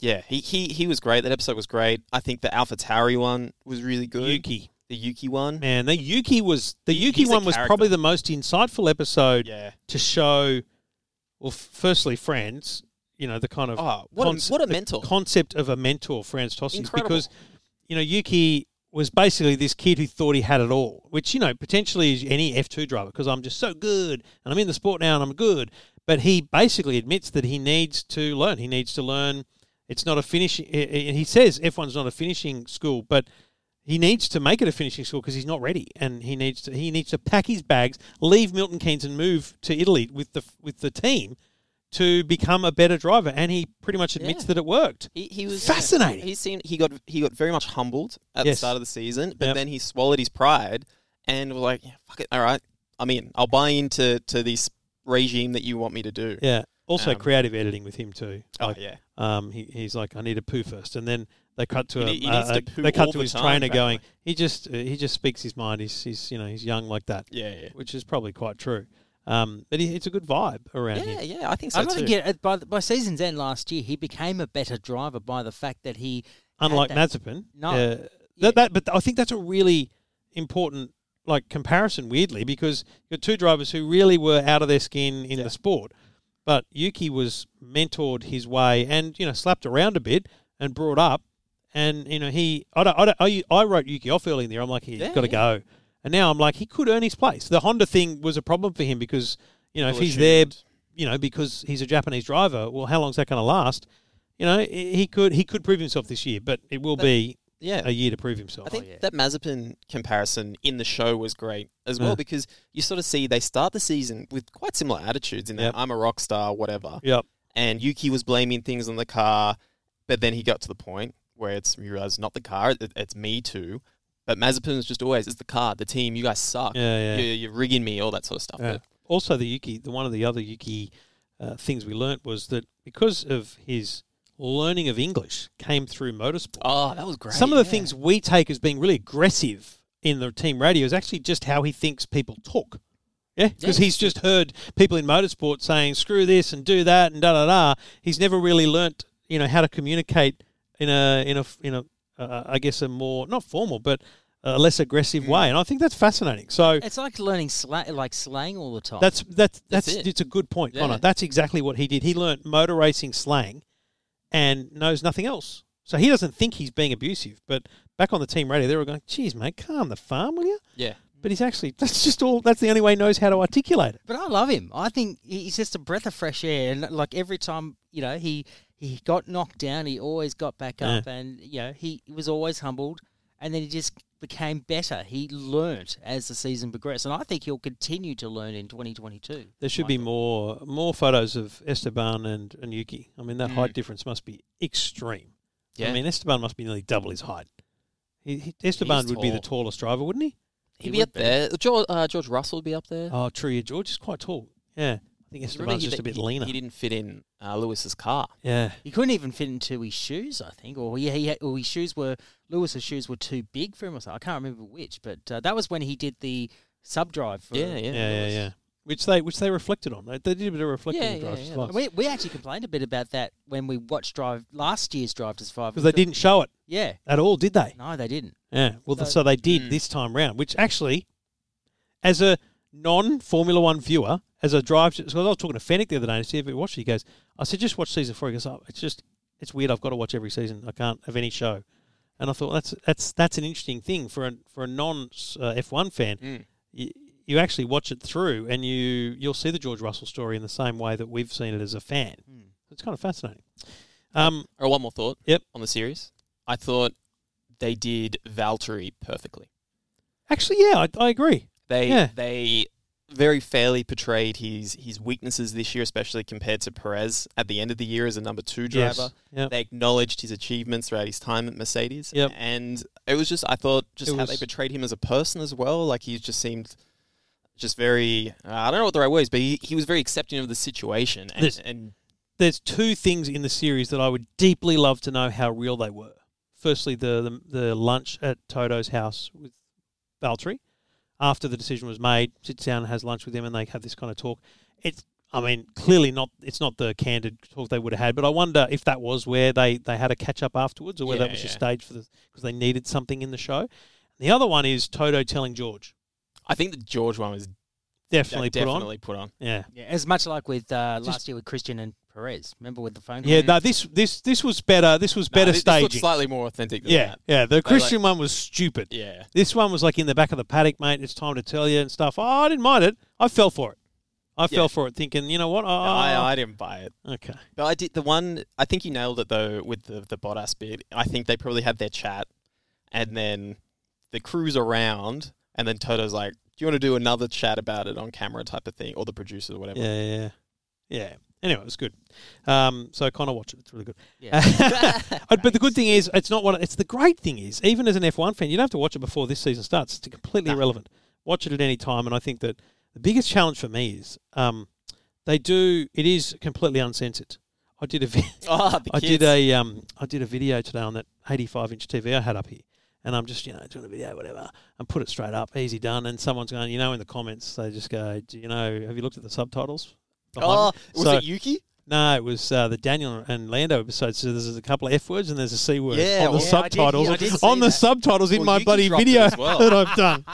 [SPEAKER 3] Yeah, he, he he was great. That episode was great. I think the Alpha Tauri one was really good.
[SPEAKER 2] Yuki,
[SPEAKER 3] The Yuki one.
[SPEAKER 2] man, the Yuki was the Yuki
[SPEAKER 3] he's a
[SPEAKER 2] one was
[SPEAKER 3] character.
[SPEAKER 2] probably the most insightful episode
[SPEAKER 3] Yeah.
[SPEAKER 2] to show. Well, f- firstly, friends, you know the kind of
[SPEAKER 3] Oh, what
[SPEAKER 2] conce-
[SPEAKER 3] a, what a
[SPEAKER 2] the
[SPEAKER 3] mentor.
[SPEAKER 2] concept of a mentor, Franz Tossi's,
[SPEAKER 3] Incredible.
[SPEAKER 2] because you know Yuki was basically this kid who thought he had it all, which you know potentially is any F two driver because I'm just so good and I'm in the sport now and I'm good. But he basically admits that he needs to learn. He needs to learn. It's not a finishing. And he says F one's not a finishing school, but he needs to make it a finishing school because he's not ready, and he needs to he needs to pack his bags, leave Milton Keynes, and move to Italy with the with the team to become a better driver. And he pretty much admits
[SPEAKER 3] Yeah.
[SPEAKER 2] that it worked.
[SPEAKER 3] He, he was
[SPEAKER 2] Fascinating.
[SPEAKER 3] He seemed he got he got very much humbled at the
[SPEAKER 2] Yes.
[SPEAKER 3] start of the season, but
[SPEAKER 2] Yep.
[SPEAKER 3] then he swallowed his pride and was like, yeah, "Fuck it, all right, I'm in. I'll buy into to this regime that you want me to do."
[SPEAKER 2] Yeah. Also,
[SPEAKER 3] Um,
[SPEAKER 2] creative editing with him too.
[SPEAKER 3] Oh
[SPEAKER 2] Like,
[SPEAKER 3] yeah,
[SPEAKER 2] um, he, he's like, I need a poo first, and then they cut to
[SPEAKER 3] He
[SPEAKER 2] him.
[SPEAKER 3] need- he
[SPEAKER 2] uh,
[SPEAKER 3] needs to
[SPEAKER 2] uh,
[SPEAKER 3] poo
[SPEAKER 2] they cut
[SPEAKER 3] all
[SPEAKER 2] to
[SPEAKER 3] the
[SPEAKER 2] his
[SPEAKER 3] time,
[SPEAKER 2] trainer
[SPEAKER 3] apparently.
[SPEAKER 2] going. He just uh, he just speaks his mind. He's he's you know he's young like that,
[SPEAKER 3] yeah, yeah.
[SPEAKER 2] which is probably quite true. Um, but he, it's a good vibe around
[SPEAKER 3] Yeah,
[SPEAKER 2] him.
[SPEAKER 3] yeah, I think so
[SPEAKER 4] I don't
[SPEAKER 3] too.
[SPEAKER 4] think it, by, the- by season's end last year, he became a better driver by the fact that he. had
[SPEAKER 2] Unlike
[SPEAKER 4] that-
[SPEAKER 2] Mazepin,
[SPEAKER 4] No.
[SPEAKER 2] uh, that,
[SPEAKER 4] Yeah.
[SPEAKER 2] that but I think that's a really important like comparison. Weirdly, because you got two drivers who really were out of their skin in the sport, but Yuki was mentored his way and you know slapped around a bit and brought up, and you know he I don't, I, don't, I, I wrote Yuki off early in the year. I'm like he's
[SPEAKER 3] Yeah,
[SPEAKER 2] got to go, and now I'm like he could earn his place. The Honda thing was a problem for him because you know if he's there, you know because he's a Japanese driver. Well, how long's that going to last? You know he- he could he could prove himself this year, but it will be
[SPEAKER 3] yeah,
[SPEAKER 2] a Oh, year to prove himself.
[SPEAKER 3] I think
[SPEAKER 4] yeah.
[SPEAKER 3] that Mazepin comparison in the show was great as well
[SPEAKER 2] Yeah.
[SPEAKER 3] because you sort of see they start the season with quite similar attitudes in that
[SPEAKER 2] Yep.
[SPEAKER 3] I'm a rock star, whatever.
[SPEAKER 2] Yep.
[SPEAKER 3] And Yuki was blaming things on the car, but then he got to the point where it's you realize not the car, it, it's me too. But Mazepin was just always it's the car, the team. You guys suck.
[SPEAKER 2] Yeah, yeah.
[SPEAKER 3] You're, you're rigging me, all that sort of stuff.
[SPEAKER 2] Yeah. Also, the Yuki, the one of the other Yuki uh, things we learnt was that because of his learning of English came through motorsport.
[SPEAKER 3] Oh, that was great.
[SPEAKER 2] Some of the
[SPEAKER 3] yeah.
[SPEAKER 2] things we take as being really aggressive in the team radio is actually just how he thinks people talk. Yeah, because he's just heard people in motorsport saying "screw this" and "do that" and da da da. He's never really learnt, you know, how to communicate in a in a in a uh, I guess a more not formal but a less aggressive
[SPEAKER 3] Mm.
[SPEAKER 2] way. And I think that's fascinating. So
[SPEAKER 4] It's like learning sla- like slang all the time.
[SPEAKER 2] that's that's that's,
[SPEAKER 3] it.
[SPEAKER 2] it's a good point,
[SPEAKER 3] Yeah.
[SPEAKER 2] Connor. That's exactly what he did. He learnt motor racing slang and knows nothing else. So he doesn't think he's being abusive, but back on the team radio, they were going, "Geez, mate, calm the farm, will you?"
[SPEAKER 3] Yeah.
[SPEAKER 2] But he's actually that's just all. That's the only way he knows how to articulate it.
[SPEAKER 4] But I love him. I think he- he's just a breath of fresh air. And like every time, you know, he he got knocked down, he always got back up, and you know, he was always humbled. And then he just became better. He learnt as the season progressed, and I think he'll continue to learn in 2022.
[SPEAKER 2] There should be more more photos of Esteban and, and Yuki. I mean, that height difference must be extreme. I
[SPEAKER 3] Yeah.
[SPEAKER 2] mean, Esteban must be nearly double his height. He, he, Esteban
[SPEAKER 3] He's
[SPEAKER 2] would be the
[SPEAKER 3] tall.
[SPEAKER 2] tallest driver, wouldn't he?
[SPEAKER 3] He'd
[SPEAKER 4] He
[SPEAKER 3] be
[SPEAKER 4] would
[SPEAKER 3] up there. George, uh, George Russell would be up there.
[SPEAKER 2] Oh, true. Yeah, George is quite tall. Yeah, I think
[SPEAKER 3] You remember
[SPEAKER 2] Esteban's
[SPEAKER 3] he-
[SPEAKER 2] just a bit
[SPEAKER 3] he-
[SPEAKER 2] leaner.
[SPEAKER 3] He didn't fit in uh, Lewis's car.
[SPEAKER 2] yeah,
[SPEAKER 4] He couldn't even fit into his shoes, I think, or he, he had, or his shoes were Lewis's shoes were too big for him or something. I can't remember which, but uh, that was when he did the sub drive. For,
[SPEAKER 3] Yeah, yeah,
[SPEAKER 2] yeah, yeah,
[SPEAKER 3] Lewis.
[SPEAKER 2] yeah. Which they which they reflected on. They they did a bit of reflecting
[SPEAKER 3] Yeah,
[SPEAKER 2] on
[SPEAKER 3] yeah,
[SPEAKER 2] drives
[SPEAKER 3] yeah.
[SPEAKER 2] as well.
[SPEAKER 4] We, we actually complained a bit about that when we watched drive last year's drive to survive
[SPEAKER 2] because they didn't show it
[SPEAKER 4] Yeah,
[SPEAKER 2] at all, did they?
[SPEAKER 4] no, they didn't.
[SPEAKER 2] Yeah. Well, th-
[SPEAKER 4] So-
[SPEAKER 2] so they did
[SPEAKER 3] Mm.
[SPEAKER 2] this time round, which actually, as a non Formula One viewer, as a drive, because I was talking to Fennec the other day and he said, "Have you watched it?" He goes, "I said just watch season four. He goes, oh, "It's just it's weird. I've got to watch every season. I can't have any show." And I thought that's that's that's an interesting thing for a for a non uh, F one fan.
[SPEAKER 3] Mm.
[SPEAKER 2] You, you actually watch it through, and you you'll see the George Russell story in the same way that we've seen it as a fan. It's kind of fascinating. Um,
[SPEAKER 3] Or one more thought.
[SPEAKER 2] Yep.
[SPEAKER 3] On the series, I thought they did Valtteri perfectly.
[SPEAKER 2] actually, yeah, I, I agree.
[SPEAKER 3] They
[SPEAKER 2] Yeah.
[SPEAKER 3] they very fairly portrayed his his weaknesses this year, especially compared to Perez at the end of the year as a number two driver.
[SPEAKER 2] Yes. Yep.
[SPEAKER 3] They acknowledged his achievements throughout his time at Mercedes.
[SPEAKER 2] Yep.
[SPEAKER 3] And it was just I thought just
[SPEAKER 2] It
[SPEAKER 3] how
[SPEAKER 2] was-
[SPEAKER 3] they portrayed him as a person as well. Like he just seemed just very uh, I don't know what the right word is, but he, he was very accepting of the situation and,
[SPEAKER 2] This-
[SPEAKER 3] and
[SPEAKER 2] there's two things in the series that I would deeply love to know how real they were. Firstly, the the, the lunch at Toto's house with Valtteri after the decision was made, sits down and has lunch with him, and they have this kind of talk. It's I mean, clearly not. It's not the candid talk they would have had, but I wonder if that was where they, they had a catch up afterwards, or whether
[SPEAKER 3] Yeah,
[SPEAKER 2] that was just
[SPEAKER 3] yeah.
[SPEAKER 2] staged for the because they needed something in the show. the other one is Toto telling George,
[SPEAKER 3] I think the George one was
[SPEAKER 2] definitely, put on,
[SPEAKER 3] definitely put on.
[SPEAKER 2] yeah,
[SPEAKER 4] Yeah, as much like with uh,
[SPEAKER 2] Just-
[SPEAKER 4] last year with Christian and Perez. Remember with the phone call?
[SPEAKER 2] yeah. No, this this this was better. This was
[SPEAKER 3] No,
[SPEAKER 2] better
[SPEAKER 3] this, This looks
[SPEAKER 2] staging.
[SPEAKER 3] slightly more authentic than
[SPEAKER 2] yeah,
[SPEAKER 3] that.
[SPEAKER 2] yeah. The
[SPEAKER 3] like-
[SPEAKER 2] Christian one was stupid.
[SPEAKER 3] Yeah.
[SPEAKER 2] This one was like in the back of the paddock, mate. It's time to tell you and stuff. Oh, I didn't mind it. I fell for it. I fell for it, thinking, you know what?
[SPEAKER 3] No,
[SPEAKER 2] I,
[SPEAKER 3] I, I didn't buy it.
[SPEAKER 2] okay.
[SPEAKER 3] But I did the one. I think you nailed it though with the the Bottas bit. I think they probably had their chat, and then the crew's around, and then Toto's like, "Do you want to do another chat about it on camera, type of thing, or the producer, or whatever?"
[SPEAKER 2] Yeah, yeah, yeah. yeah. Anyway, it was good. Um, so kind of watch it. It's really good.
[SPEAKER 4] Yeah.
[SPEAKER 2] Uh, but the good thing is, it's not what. It's the great thing is, even as an F1 fan, you don't have to watch it before this season starts. It's completely irrelevant. Watch it at any time, and I think that the biggest challenge for me is um, they do. It is completely uncensored. I did a vi-
[SPEAKER 3] Oh, the
[SPEAKER 2] I
[SPEAKER 3] kids.
[SPEAKER 2] did a um, I did a video today on that 85 inch TV I had up here, and I'm just you know doing a video whatever, and put it straight up, easy done. And someone's going, you know, in the comments they just go, do you know, have you looked at the subtitles? behind
[SPEAKER 3] oh,
[SPEAKER 2] me?"
[SPEAKER 3] was
[SPEAKER 2] so,
[SPEAKER 3] it Yuki?
[SPEAKER 2] no, it was uh, the Daniel and Lando episode. So there's a couple of F words and there's a C word
[SPEAKER 3] Yeah,
[SPEAKER 2] on the
[SPEAKER 3] well,
[SPEAKER 4] yeah, I did hear-
[SPEAKER 2] subtitles
[SPEAKER 4] I did see
[SPEAKER 2] on the
[SPEAKER 4] that.
[SPEAKER 2] subtitles in
[SPEAKER 3] Well,
[SPEAKER 2] my
[SPEAKER 3] you can
[SPEAKER 2] bloody
[SPEAKER 3] drop it
[SPEAKER 2] video
[SPEAKER 3] as well.
[SPEAKER 2] that I've done.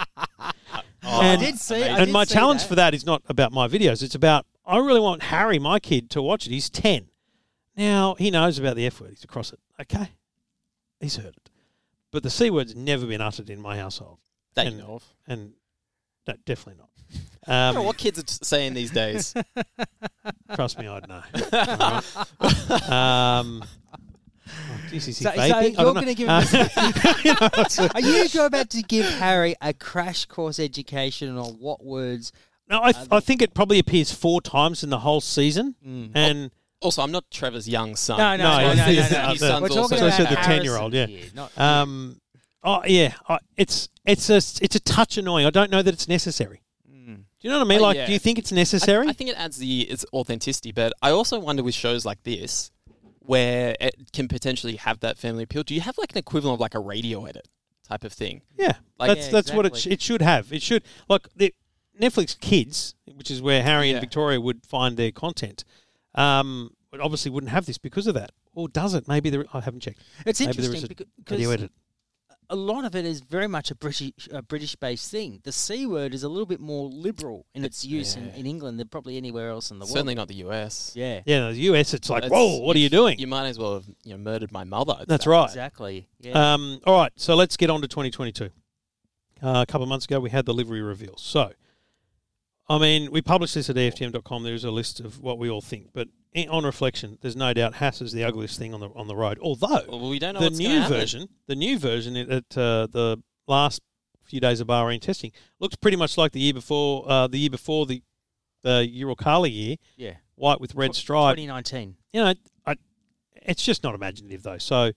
[SPEAKER 3] Oh,
[SPEAKER 2] And-
[SPEAKER 4] I did see. I
[SPEAKER 2] and
[SPEAKER 4] did
[SPEAKER 2] my
[SPEAKER 4] see
[SPEAKER 2] challenge
[SPEAKER 4] that.
[SPEAKER 2] for that is not about my videos. It's about I really want Harry, my kid, to watch it. He's ten. Now he knows about the F word. He's across it. Okay, he's heard it, but the C word's never been uttered in my household,
[SPEAKER 3] that you
[SPEAKER 2] and-
[SPEAKER 3] know of.
[SPEAKER 2] and no, definitely not.
[SPEAKER 3] I don't know
[SPEAKER 2] Um,
[SPEAKER 3] what kids are t- saying these days.
[SPEAKER 2] trust me, I'd know. Alright. um, oh, geez, is he
[SPEAKER 4] So- so
[SPEAKER 2] vaping? I don't
[SPEAKER 4] you're
[SPEAKER 2] know.
[SPEAKER 4] gonna give him
[SPEAKER 2] Uh, you know, it's a-
[SPEAKER 4] Are you about to give Harry a crash course education on what words?
[SPEAKER 2] no, I, th- I think it probably appears four times in the whole season,
[SPEAKER 4] Mm.
[SPEAKER 2] and
[SPEAKER 3] also, I'm not Trevor's young son.
[SPEAKER 4] No, no,
[SPEAKER 2] No,
[SPEAKER 4] no, no,
[SPEAKER 2] it's-
[SPEAKER 4] no,
[SPEAKER 2] it's-
[SPEAKER 4] no.
[SPEAKER 2] it's-
[SPEAKER 3] His son's
[SPEAKER 4] We're talking
[SPEAKER 3] also
[SPEAKER 2] So
[SPEAKER 4] about
[SPEAKER 2] it's the
[SPEAKER 4] Harrison
[SPEAKER 2] 10-year-old, yeah.
[SPEAKER 4] here, not-
[SPEAKER 2] Um, oh yeah, I, it's it's a it's a touch annoying. I don't know that it's necessary.
[SPEAKER 4] Mm.
[SPEAKER 2] Do you know what I mean?
[SPEAKER 3] Uh,
[SPEAKER 2] Like,
[SPEAKER 3] yeah.
[SPEAKER 2] do you think it's
[SPEAKER 3] I-
[SPEAKER 2] necessary?
[SPEAKER 3] I, think it adds the its authenticity, but I also wonder with shows like this, where it can potentially have that family appeal. Do you have like an equivalent of like a radio edit type of thing?
[SPEAKER 2] yeah,
[SPEAKER 3] Like-
[SPEAKER 2] that's
[SPEAKER 4] Yeah,
[SPEAKER 2] that's what it sh-
[SPEAKER 4] exactly.
[SPEAKER 2] it should have. It should like the Netflix Kids, which is where Harry
[SPEAKER 3] Yeah.
[SPEAKER 2] and Victoria would find their content. Um, but obviously wouldn't have this because of that, or does it? Maybe there, I haven't checked.
[SPEAKER 4] It's
[SPEAKER 2] Maybe there
[SPEAKER 4] interesting
[SPEAKER 2] is a
[SPEAKER 4] becau- because
[SPEAKER 2] video edit.
[SPEAKER 4] a lot of it is very much a British a British based thing. The c word is a little bit more liberal in its use in,
[SPEAKER 3] yeah.
[SPEAKER 4] in England than probably anywhere else in the
[SPEAKER 3] Certainly not
[SPEAKER 4] world.
[SPEAKER 3] the US.
[SPEAKER 4] Yeah,
[SPEAKER 2] Yeah, no, the US, it's like,
[SPEAKER 3] That's-
[SPEAKER 2] whoa, what are you doing?
[SPEAKER 3] You might as well have you know murdered my mother. at
[SPEAKER 2] That's
[SPEAKER 3] that
[SPEAKER 2] right.
[SPEAKER 4] exactly. Yeah.
[SPEAKER 3] Uh,
[SPEAKER 2] Um, all right, so let's get on to 2022. Uh, a couple of months ago, we had the livery reveal. So, I mean, we published this at E EFTM.com. There is a list of what we all think, but i- on reflection, there's no doubt Haas is the ugliest thing on the on the road. Although
[SPEAKER 3] Well, we don't know
[SPEAKER 2] the
[SPEAKER 3] what's gonna
[SPEAKER 2] new
[SPEAKER 3] happen.
[SPEAKER 2] version, the new version at uh, the last few days of Bahrain testing looks pretty much like the year before. Uh, the year before the the Uralkali year,
[SPEAKER 4] yeah.
[SPEAKER 2] white with red stripe
[SPEAKER 4] 2019.
[SPEAKER 2] you know, I, it's just not imaginative though. So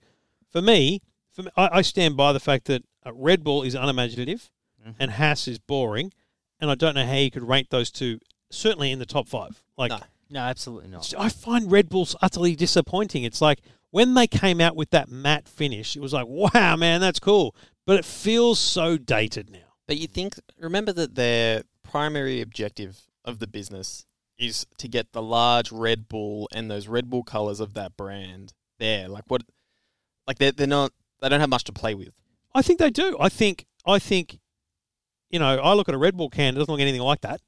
[SPEAKER 2] for me, for me I, I stand by the fact that uh, Red Bull is unimaginative and Haas is boring, and I don't know how you could rank those two certainly in the top five. Like
[SPEAKER 3] No.
[SPEAKER 4] No, absolutely not.
[SPEAKER 2] I find Red Bulls utterly disappointing. It's like when they came out with that matte finish, it was like, wow, man, that's cool, but it feels so dated now.
[SPEAKER 3] But you think remember that their primary objective of the business is to get the large Red Bull and those Red Bull colours of that brand there. Like what like they're they're not they don't have much to play with.
[SPEAKER 2] I think they do. I think I think you know, I look at a Red Bull can, it doesn't look anything like that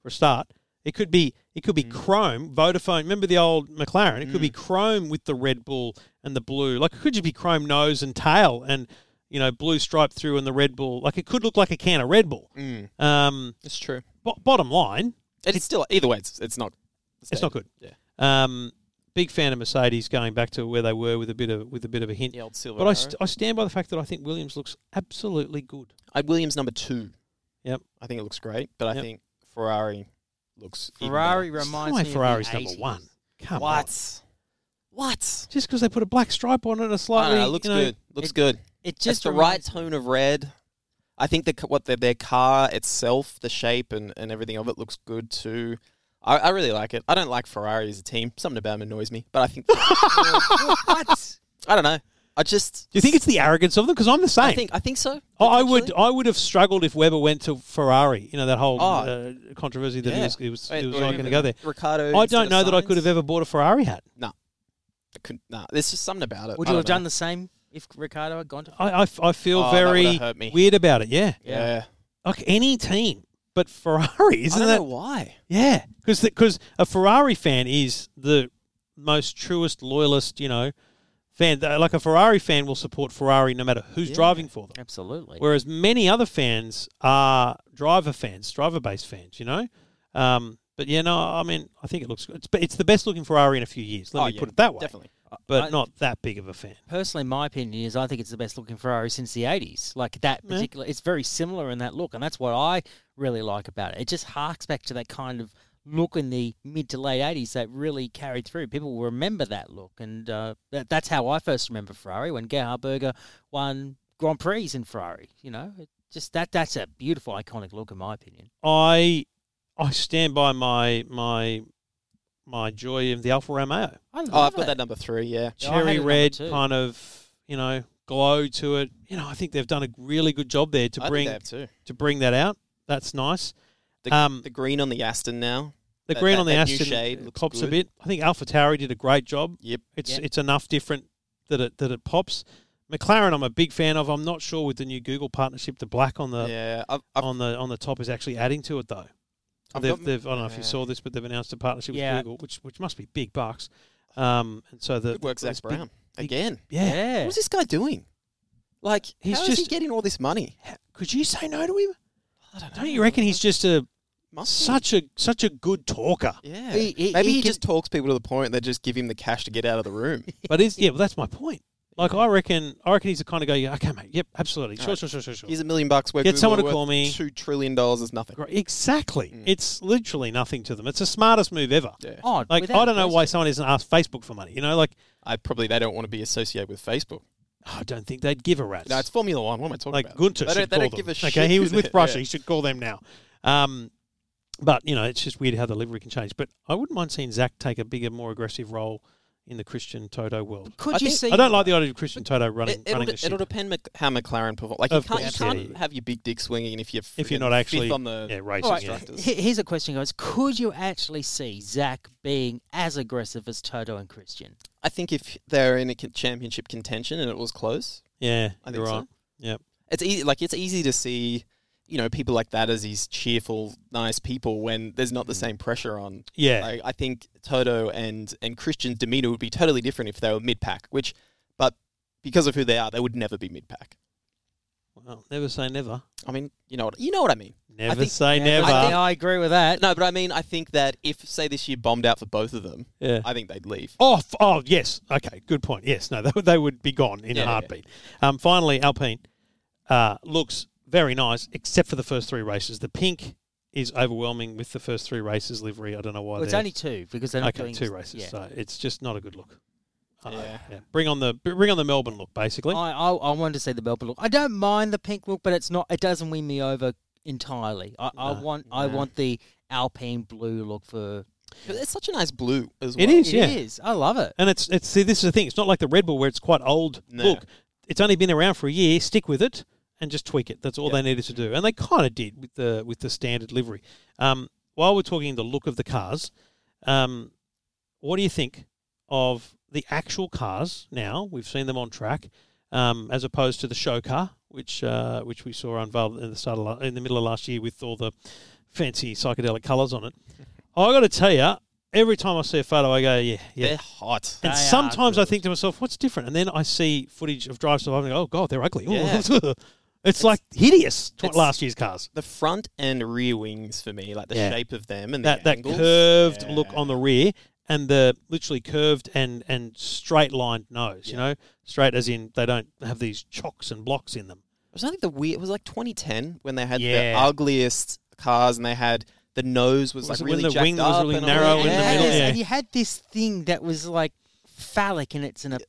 [SPEAKER 2] for a start. It could be it could be
[SPEAKER 3] Mm.
[SPEAKER 2] chrome, Vodafone. Remember the old McLaren? It could be chrome with the Red Bull and the blue. Like it could just be chrome nose and tail and you know, blue stripe through and the Red Bull. Like it could look like a can of Red Bull.
[SPEAKER 3] Mm,
[SPEAKER 2] Um
[SPEAKER 3] it's true.
[SPEAKER 2] bo- bottom line,
[SPEAKER 3] It's, still either way it's it's not
[SPEAKER 2] it's not good.
[SPEAKER 3] Yeah.
[SPEAKER 2] Um big fan of Mercedes going back to where they were with a bit of with a bit of a hint.
[SPEAKER 3] The old silver.
[SPEAKER 2] But I, st- I stand by the fact that I think Williams looks absolutely good.
[SPEAKER 3] I Uh, Williams number two.
[SPEAKER 2] Yep.
[SPEAKER 3] I think it looks great, but I
[SPEAKER 2] Yep.
[SPEAKER 3] think Ferrari looks even
[SPEAKER 4] Ferrari
[SPEAKER 3] better.
[SPEAKER 4] reminds
[SPEAKER 2] Why
[SPEAKER 4] me
[SPEAKER 2] Ferrari's
[SPEAKER 4] of the
[SPEAKER 2] number
[SPEAKER 4] 80s.
[SPEAKER 2] one? Come on.
[SPEAKER 3] What? What?
[SPEAKER 2] Just because they put a black stripe on it, a
[SPEAKER 3] I
[SPEAKER 2] slightly
[SPEAKER 3] don't know, Ah, it looks
[SPEAKER 2] you know,
[SPEAKER 3] good. Looks
[SPEAKER 4] it-
[SPEAKER 3] good.
[SPEAKER 4] It
[SPEAKER 3] just
[SPEAKER 4] just
[SPEAKER 3] the right
[SPEAKER 4] reminds me-
[SPEAKER 3] tone of red. I think the c- what the, their car itself, the shape and, and everything of it looks good too. I, I really like it. I don't like Ferrari as a team. Something about them annoys me, but I think
[SPEAKER 2] Oh,
[SPEAKER 4] what?
[SPEAKER 3] I don't know. I just
[SPEAKER 2] Do you think it's the arrogance of them? Because I'm the same.
[SPEAKER 3] I think I think so.
[SPEAKER 2] I, I would.
[SPEAKER 3] actually.
[SPEAKER 2] I would have struggled if Weber went to Ferrari. You know that whole
[SPEAKER 3] Oh.
[SPEAKER 2] uh, controversy that he
[SPEAKER 3] Yeah.
[SPEAKER 2] was he was,
[SPEAKER 3] Wait,
[SPEAKER 2] he was
[SPEAKER 3] or
[SPEAKER 2] not
[SPEAKER 3] even
[SPEAKER 2] going to go there.
[SPEAKER 3] Ricardo.
[SPEAKER 2] I
[SPEAKER 3] instead
[SPEAKER 2] don't
[SPEAKER 3] of
[SPEAKER 2] know that I
[SPEAKER 3] Sainz?
[SPEAKER 2] could have ever bought a Ferrari hat.
[SPEAKER 3] I couldn't- Nah, there's just something about it.
[SPEAKER 4] Would
[SPEAKER 3] I
[SPEAKER 4] you
[SPEAKER 3] don't
[SPEAKER 4] have done
[SPEAKER 3] know.
[SPEAKER 4] the same if Ricardo had gone to?
[SPEAKER 2] I I f I feel
[SPEAKER 3] Oh, that
[SPEAKER 2] very
[SPEAKER 3] would've hurt me.
[SPEAKER 2] weird about it. Yeah,
[SPEAKER 3] Yeah.
[SPEAKER 2] like any team, but Ferrari
[SPEAKER 3] I
[SPEAKER 2] isn't
[SPEAKER 3] don't
[SPEAKER 2] that
[SPEAKER 3] know why.
[SPEAKER 2] Yeah, because because a Ferrari fan is the most truest loyalist, you know, fan. Uh, Like a Ferrari fan will support Ferrari no matter who's
[SPEAKER 3] Yeah.
[SPEAKER 2] driving for them.
[SPEAKER 4] Absolutely.
[SPEAKER 2] Whereas many other fans are driver fans, driver based fans, you know. Um, but yeah, no, I mean, I think it looks good. It's, it's the best looking Ferrari in a few years. Let
[SPEAKER 3] Oh,
[SPEAKER 2] me
[SPEAKER 3] yeah,
[SPEAKER 2] put it that way.
[SPEAKER 3] Definitely.
[SPEAKER 2] But
[SPEAKER 4] I-
[SPEAKER 2] not that big of a fan.
[SPEAKER 4] Personally, my opinion is I think it's the best looking Ferrari since the 80s. Like that particular, it's very similar in that look, and that's what I really like about it. It just harks back to that kind of look in the mid to late 80s that really carried through. People will remember that look, and uh, that, that's how I first remember Ferrari when Gerhard Berger won Grand Prix in Ferrari. You know, it just that that's a beautiful, iconic look, in my opinion.
[SPEAKER 2] I I stand by my my my joy of the Alfa Romeo.
[SPEAKER 4] I love
[SPEAKER 3] Oh, I've got
[SPEAKER 4] it.
[SPEAKER 3] that number three. Yeah.
[SPEAKER 4] Yeah, I had it
[SPEAKER 2] cherry
[SPEAKER 4] number
[SPEAKER 2] red
[SPEAKER 4] two.
[SPEAKER 2] kind of you know glow to it. You know, I think they've done a really good job there to
[SPEAKER 3] I
[SPEAKER 2] bring
[SPEAKER 3] think they have too.
[SPEAKER 2] to bring that out. That's nice.
[SPEAKER 3] The,
[SPEAKER 2] um,
[SPEAKER 3] the green on the Aston now.
[SPEAKER 2] The
[SPEAKER 3] that-
[SPEAKER 2] green
[SPEAKER 3] that-
[SPEAKER 2] on the
[SPEAKER 3] that new
[SPEAKER 2] Aston
[SPEAKER 3] shade looks
[SPEAKER 2] pops a
[SPEAKER 3] good.
[SPEAKER 2] bit. I think Alpha Tauri did a great job.
[SPEAKER 3] Yep.
[SPEAKER 2] It's
[SPEAKER 4] Yeah.
[SPEAKER 2] it's enough different that it that it pops. McLaren, I'm a big fan of. I'm not sure with the new Google partnership, the black on the
[SPEAKER 3] yeah. I've, I've,
[SPEAKER 2] on the on the top is actually adding to it though.
[SPEAKER 3] I've
[SPEAKER 2] they've,
[SPEAKER 3] got-
[SPEAKER 2] they've, I don't know if you
[SPEAKER 3] yeah.
[SPEAKER 2] saw this, but they've announced a partnership
[SPEAKER 4] Yeah.
[SPEAKER 2] with Google, which which must be big bucks. Um, and so the
[SPEAKER 3] Good work, Zach
[SPEAKER 2] it's big-
[SPEAKER 3] Brown. Again.
[SPEAKER 2] yeah.
[SPEAKER 4] Yeah.
[SPEAKER 3] What's this guy doing? Like,
[SPEAKER 2] He's
[SPEAKER 3] how is he
[SPEAKER 2] just-
[SPEAKER 3] getting all this money?
[SPEAKER 2] Could you say no to him?
[SPEAKER 3] I don't know.
[SPEAKER 2] Don't you reckon he's just a
[SPEAKER 3] Must be.
[SPEAKER 2] such a such a good talker?
[SPEAKER 3] Yeah.
[SPEAKER 4] He- he-
[SPEAKER 3] Maybe
[SPEAKER 4] he
[SPEAKER 3] he,
[SPEAKER 4] can-
[SPEAKER 3] just talks people to the point that just give him the cash to get out of the room.
[SPEAKER 2] But is yeah, well, that's my point. Like I reckon, I reckon he's the kind of guy. You go, okay, mate. Yep, absolutely. Sure,
[SPEAKER 3] Alright.
[SPEAKER 2] sure, sure, sure, sure.
[SPEAKER 3] He's a million bucks worth.
[SPEAKER 2] Get
[SPEAKER 3] Google
[SPEAKER 2] someone to
[SPEAKER 3] worth
[SPEAKER 2] call me.
[SPEAKER 3] Two trillion dollars is nothing.
[SPEAKER 2] Great. Exactly.
[SPEAKER 3] Mm.
[SPEAKER 2] It's literally nothing to them. It's the smartest move ever.
[SPEAKER 3] Yeah.
[SPEAKER 4] Oh,
[SPEAKER 2] Like
[SPEAKER 4] without
[SPEAKER 2] I don't know
[SPEAKER 4] question.
[SPEAKER 2] why someone isn't asked Facebook for money. You know, like "Oh,
[SPEAKER 3] I probably they don't want to be associated with Facebook.
[SPEAKER 2] I don't think they'd give a rat's.
[SPEAKER 3] No, it's Formula One. What am I talking
[SPEAKER 2] like
[SPEAKER 3] about?
[SPEAKER 2] Gunter
[SPEAKER 3] They
[SPEAKER 2] should
[SPEAKER 3] don't, they
[SPEAKER 2] call
[SPEAKER 3] don't
[SPEAKER 2] them.
[SPEAKER 3] give a
[SPEAKER 2] okay,
[SPEAKER 3] shit.
[SPEAKER 2] he was with Russia.
[SPEAKER 3] Yeah.
[SPEAKER 2] He should call them now. Um, but you know, it's just weird how the livery can change. But I wouldn't mind seeing Zach take a bigger, more aggressive role in the Christian Toto world.
[SPEAKER 4] Could
[SPEAKER 3] I
[SPEAKER 4] you
[SPEAKER 3] think-
[SPEAKER 4] see?
[SPEAKER 2] I don't like the idea of Christian Toto running
[SPEAKER 3] It, it'll,
[SPEAKER 2] running the
[SPEAKER 3] de-
[SPEAKER 2] ship.
[SPEAKER 3] it'll depend Mc, how McLaren perform. Like you
[SPEAKER 2] Of
[SPEAKER 3] can't, you
[SPEAKER 2] course,
[SPEAKER 3] can't
[SPEAKER 2] yeah.
[SPEAKER 3] have your big dick swinging if you're
[SPEAKER 2] if you're
[SPEAKER 3] friggin'
[SPEAKER 2] not actually
[SPEAKER 3] fifth on the
[SPEAKER 2] yeah, racing.
[SPEAKER 4] All right,
[SPEAKER 2] yeah.
[SPEAKER 3] instructors.
[SPEAKER 4] he- Here's a question, guys. Could you actually see Zach being as aggressive as Toto and Christian?
[SPEAKER 3] I think if they're in a con- championship contention and it was close,
[SPEAKER 2] Yeah,
[SPEAKER 3] I
[SPEAKER 2] you're
[SPEAKER 3] think so.
[SPEAKER 2] right. Yep.
[SPEAKER 3] It's easy, like it's easy to see, you know, people like that as these cheerful, nice people when there's not the same pressure on.
[SPEAKER 2] Mm. Yeah.
[SPEAKER 3] Like, I think Toto and and Christian's demeanor would be totally different if they were mid pack. Which, but because of who they are, they would never be mid pack.
[SPEAKER 2] Well, never say never.
[SPEAKER 3] I mean, you know what you know what I mean.
[SPEAKER 2] Never
[SPEAKER 3] think-
[SPEAKER 2] say never.
[SPEAKER 4] I, think I agree with that.
[SPEAKER 3] No, but I mean, I think that if say this year bombed out for both of them,
[SPEAKER 2] yeah.
[SPEAKER 3] I think they'd leave.
[SPEAKER 2] Oh, f- oh, yes. Okay, good point. Yes, no, they, would- they would be gone in
[SPEAKER 3] Yeah,
[SPEAKER 2] a
[SPEAKER 3] yeah.
[SPEAKER 2] heartbeat. Um, finally, Alpine uh, looks very nice, except for the first three races. The pink is overwhelming with the first three races livery. I don't know why.
[SPEAKER 4] Well, it's
[SPEAKER 2] they're-
[SPEAKER 4] only two because they're not
[SPEAKER 2] okay,
[SPEAKER 4] doing
[SPEAKER 2] two races,
[SPEAKER 4] Yeah.
[SPEAKER 2] so it's just not a good look. I know,
[SPEAKER 3] Yeah.
[SPEAKER 2] bring on the bring on the Melbourne look, basically.
[SPEAKER 4] I, I I wanted to see the Melbourne look. I don't mind the pink look, but it's not. It doesn't win me over entirely. I, I
[SPEAKER 2] No,
[SPEAKER 4] want I
[SPEAKER 3] no.
[SPEAKER 4] want the Alpine blue look for.
[SPEAKER 3] But it's such a nice blue as well.
[SPEAKER 2] It
[SPEAKER 4] It
[SPEAKER 2] is,
[SPEAKER 4] is.
[SPEAKER 2] yeah.
[SPEAKER 4] I love it.
[SPEAKER 2] And it's it's see, this is the thing. It's not like the Red Bull where it's quite old.
[SPEAKER 3] No.
[SPEAKER 2] Look, it's only been around for a year. Stick with it and just tweak it. That's all they needed to do, and they kind of did with the with the standard livery. Um, while we're talking the look of the cars, um, what do you think of the actual cars? Now we've seen them on track, um, as opposed to the show car, which uh, which we saw unveiled in the start of la- in the middle of last year with all the fancy psychedelic colours on it. I got to tell you, every time I see a photo, I go, yeah, yeah,
[SPEAKER 3] They're hot.
[SPEAKER 2] and
[SPEAKER 4] They are
[SPEAKER 2] sometimes I
[SPEAKER 4] good.
[SPEAKER 2] think to myself, what's different? And then I see footage of Drive Survive and I go, oh, God, they're ugly. Ooh.
[SPEAKER 3] Yeah.
[SPEAKER 2] it's, like hideous to
[SPEAKER 3] it's-
[SPEAKER 2] last year's cars.
[SPEAKER 3] The front and rear wings for me, like the
[SPEAKER 2] Yeah.
[SPEAKER 3] shape of them and
[SPEAKER 2] That,
[SPEAKER 3] the
[SPEAKER 2] that
[SPEAKER 3] angles.
[SPEAKER 2] curved
[SPEAKER 3] Yeah.
[SPEAKER 2] look on the rear and the literally curved and, and straight lined nose, you know? Straight as in they don't have these chocks and blocks in them.
[SPEAKER 3] It was I think the weird. It was like 2010 when they had
[SPEAKER 2] Yeah.
[SPEAKER 3] the ugliest cars, and they had the nose was,
[SPEAKER 2] Was it
[SPEAKER 3] like
[SPEAKER 2] when
[SPEAKER 3] really
[SPEAKER 2] the
[SPEAKER 3] jacked
[SPEAKER 2] wing was
[SPEAKER 3] up
[SPEAKER 2] really
[SPEAKER 3] and all that.
[SPEAKER 2] narrow in the
[SPEAKER 3] yeah.
[SPEAKER 2] middle, yeah.
[SPEAKER 4] And you had this thing that was like phallic in its, in its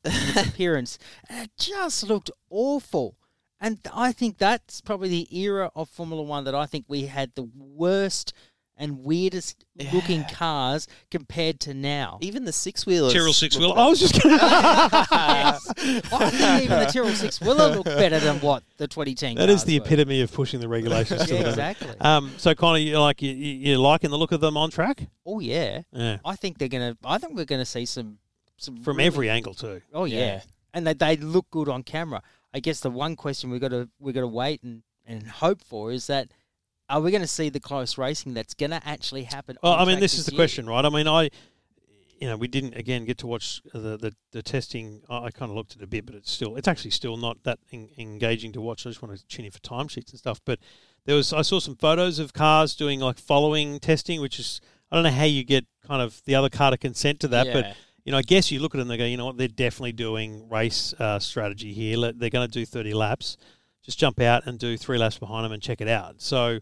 [SPEAKER 4] appearance, and it just looked awful. And I think that's probably the era of Formula One that I think we had the worst and weirdest looking cars compared to now.
[SPEAKER 3] Even the six wheelers.
[SPEAKER 2] Tyrrell six wheel. I was just going to.
[SPEAKER 4] yes. I think even the Tyrrell 6 Willer looked better than what the 2010
[SPEAKER 2] That is
[SPEAKER 4] cars
[SPEAKER 2] the
[SPEAKER 4] were.
[SPEAKER 2] epitome of pushing the regulations to the
[SPEAKER 4] Yeah,
[SPEAKER 2] limit.
[SPEAKER 4] exactly.
[SPEAKER 2] Um, so, Connor, you like you, you you liking the look of them on track?
[SPEAKER 4] oh yeah.
[SPEAKER 2] Yeah,
[SPEAKER 4] I think they're going to I think we're going to see some some
[SPEAKER 2] from
[SPEAKER 4] really-
[SPEAKER 2] every angle too.
[SPEAKER 4] Oh yeah.
[SPEAKER 3] Yeah.
[SPEAKER 4] And they, they look good on camera. I guess the one question we got to we got to wait and, and hope for is that are we going to see the close racing that's going to actually happen?
[SPEAKER 2] Well,
[SPEAKER 4] on
[SPEAKER 2] I mean,
[SPEAKER 4] track
[SPEAKER 2] this is the
[SPEAKER 4] year?
[SPEAKER 2] question, right? I mean, I, you know, we didn't again get to watch the the, the testing. I, I kind of looked at it a bit, but it's still it's actually still not that en- engaging to watch. I just want to tune in for timesheets and stuff. But there was I saw some photos of cars doing like following testing, which is I don't know how you get kind of the other car to consent to that,
[SPEAKER 3] Yeah.
[SPEAKER 2] but. You know, I guess you look at it and they go, you know what, they're definitely doing race uh, strategy here. Let, they're going to do 30 laps. Just jump out and do three laps behind them and check it out. So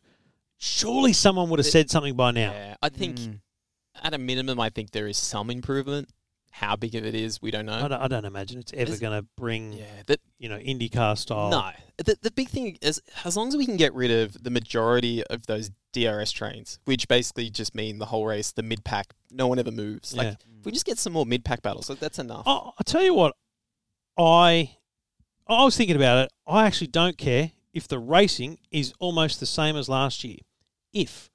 [SPEAKER 2] surely someone would have
[SPEAKER 3] The-
[SPEAKER 2] said something by now.
[SPEAKER 3] Yeah. I think
[SPEAKER 2] Hmm.
[SPEAKER 4] Mm.
[SPEAKER 3] at a minimum, I think there is some improvement. How big of it is, we don't know.
[SPEAKER 2] I don't, I don't imagine it's ever
[SPEAKER 3] Is-
[SPEAKER 2] going to bring
[SPEAKER 3] yeah, that
[SPEAKER 2] you know IndyCar style.
[SPEAKER 3] No, the, the big thing is as long as we can get rid of the majority of those DRS trains, which basically just mean the whole race, the mid pack, no one ever moves.
[SPEAKER 2] Yeah.
[SPEAKER 3] Like if we just get some more mid pack battles, like, that's enough.
[SPEAKER 2] I, I tell you what, I I was thinking about it. I actually don't care if the racing is almost the same as last year, if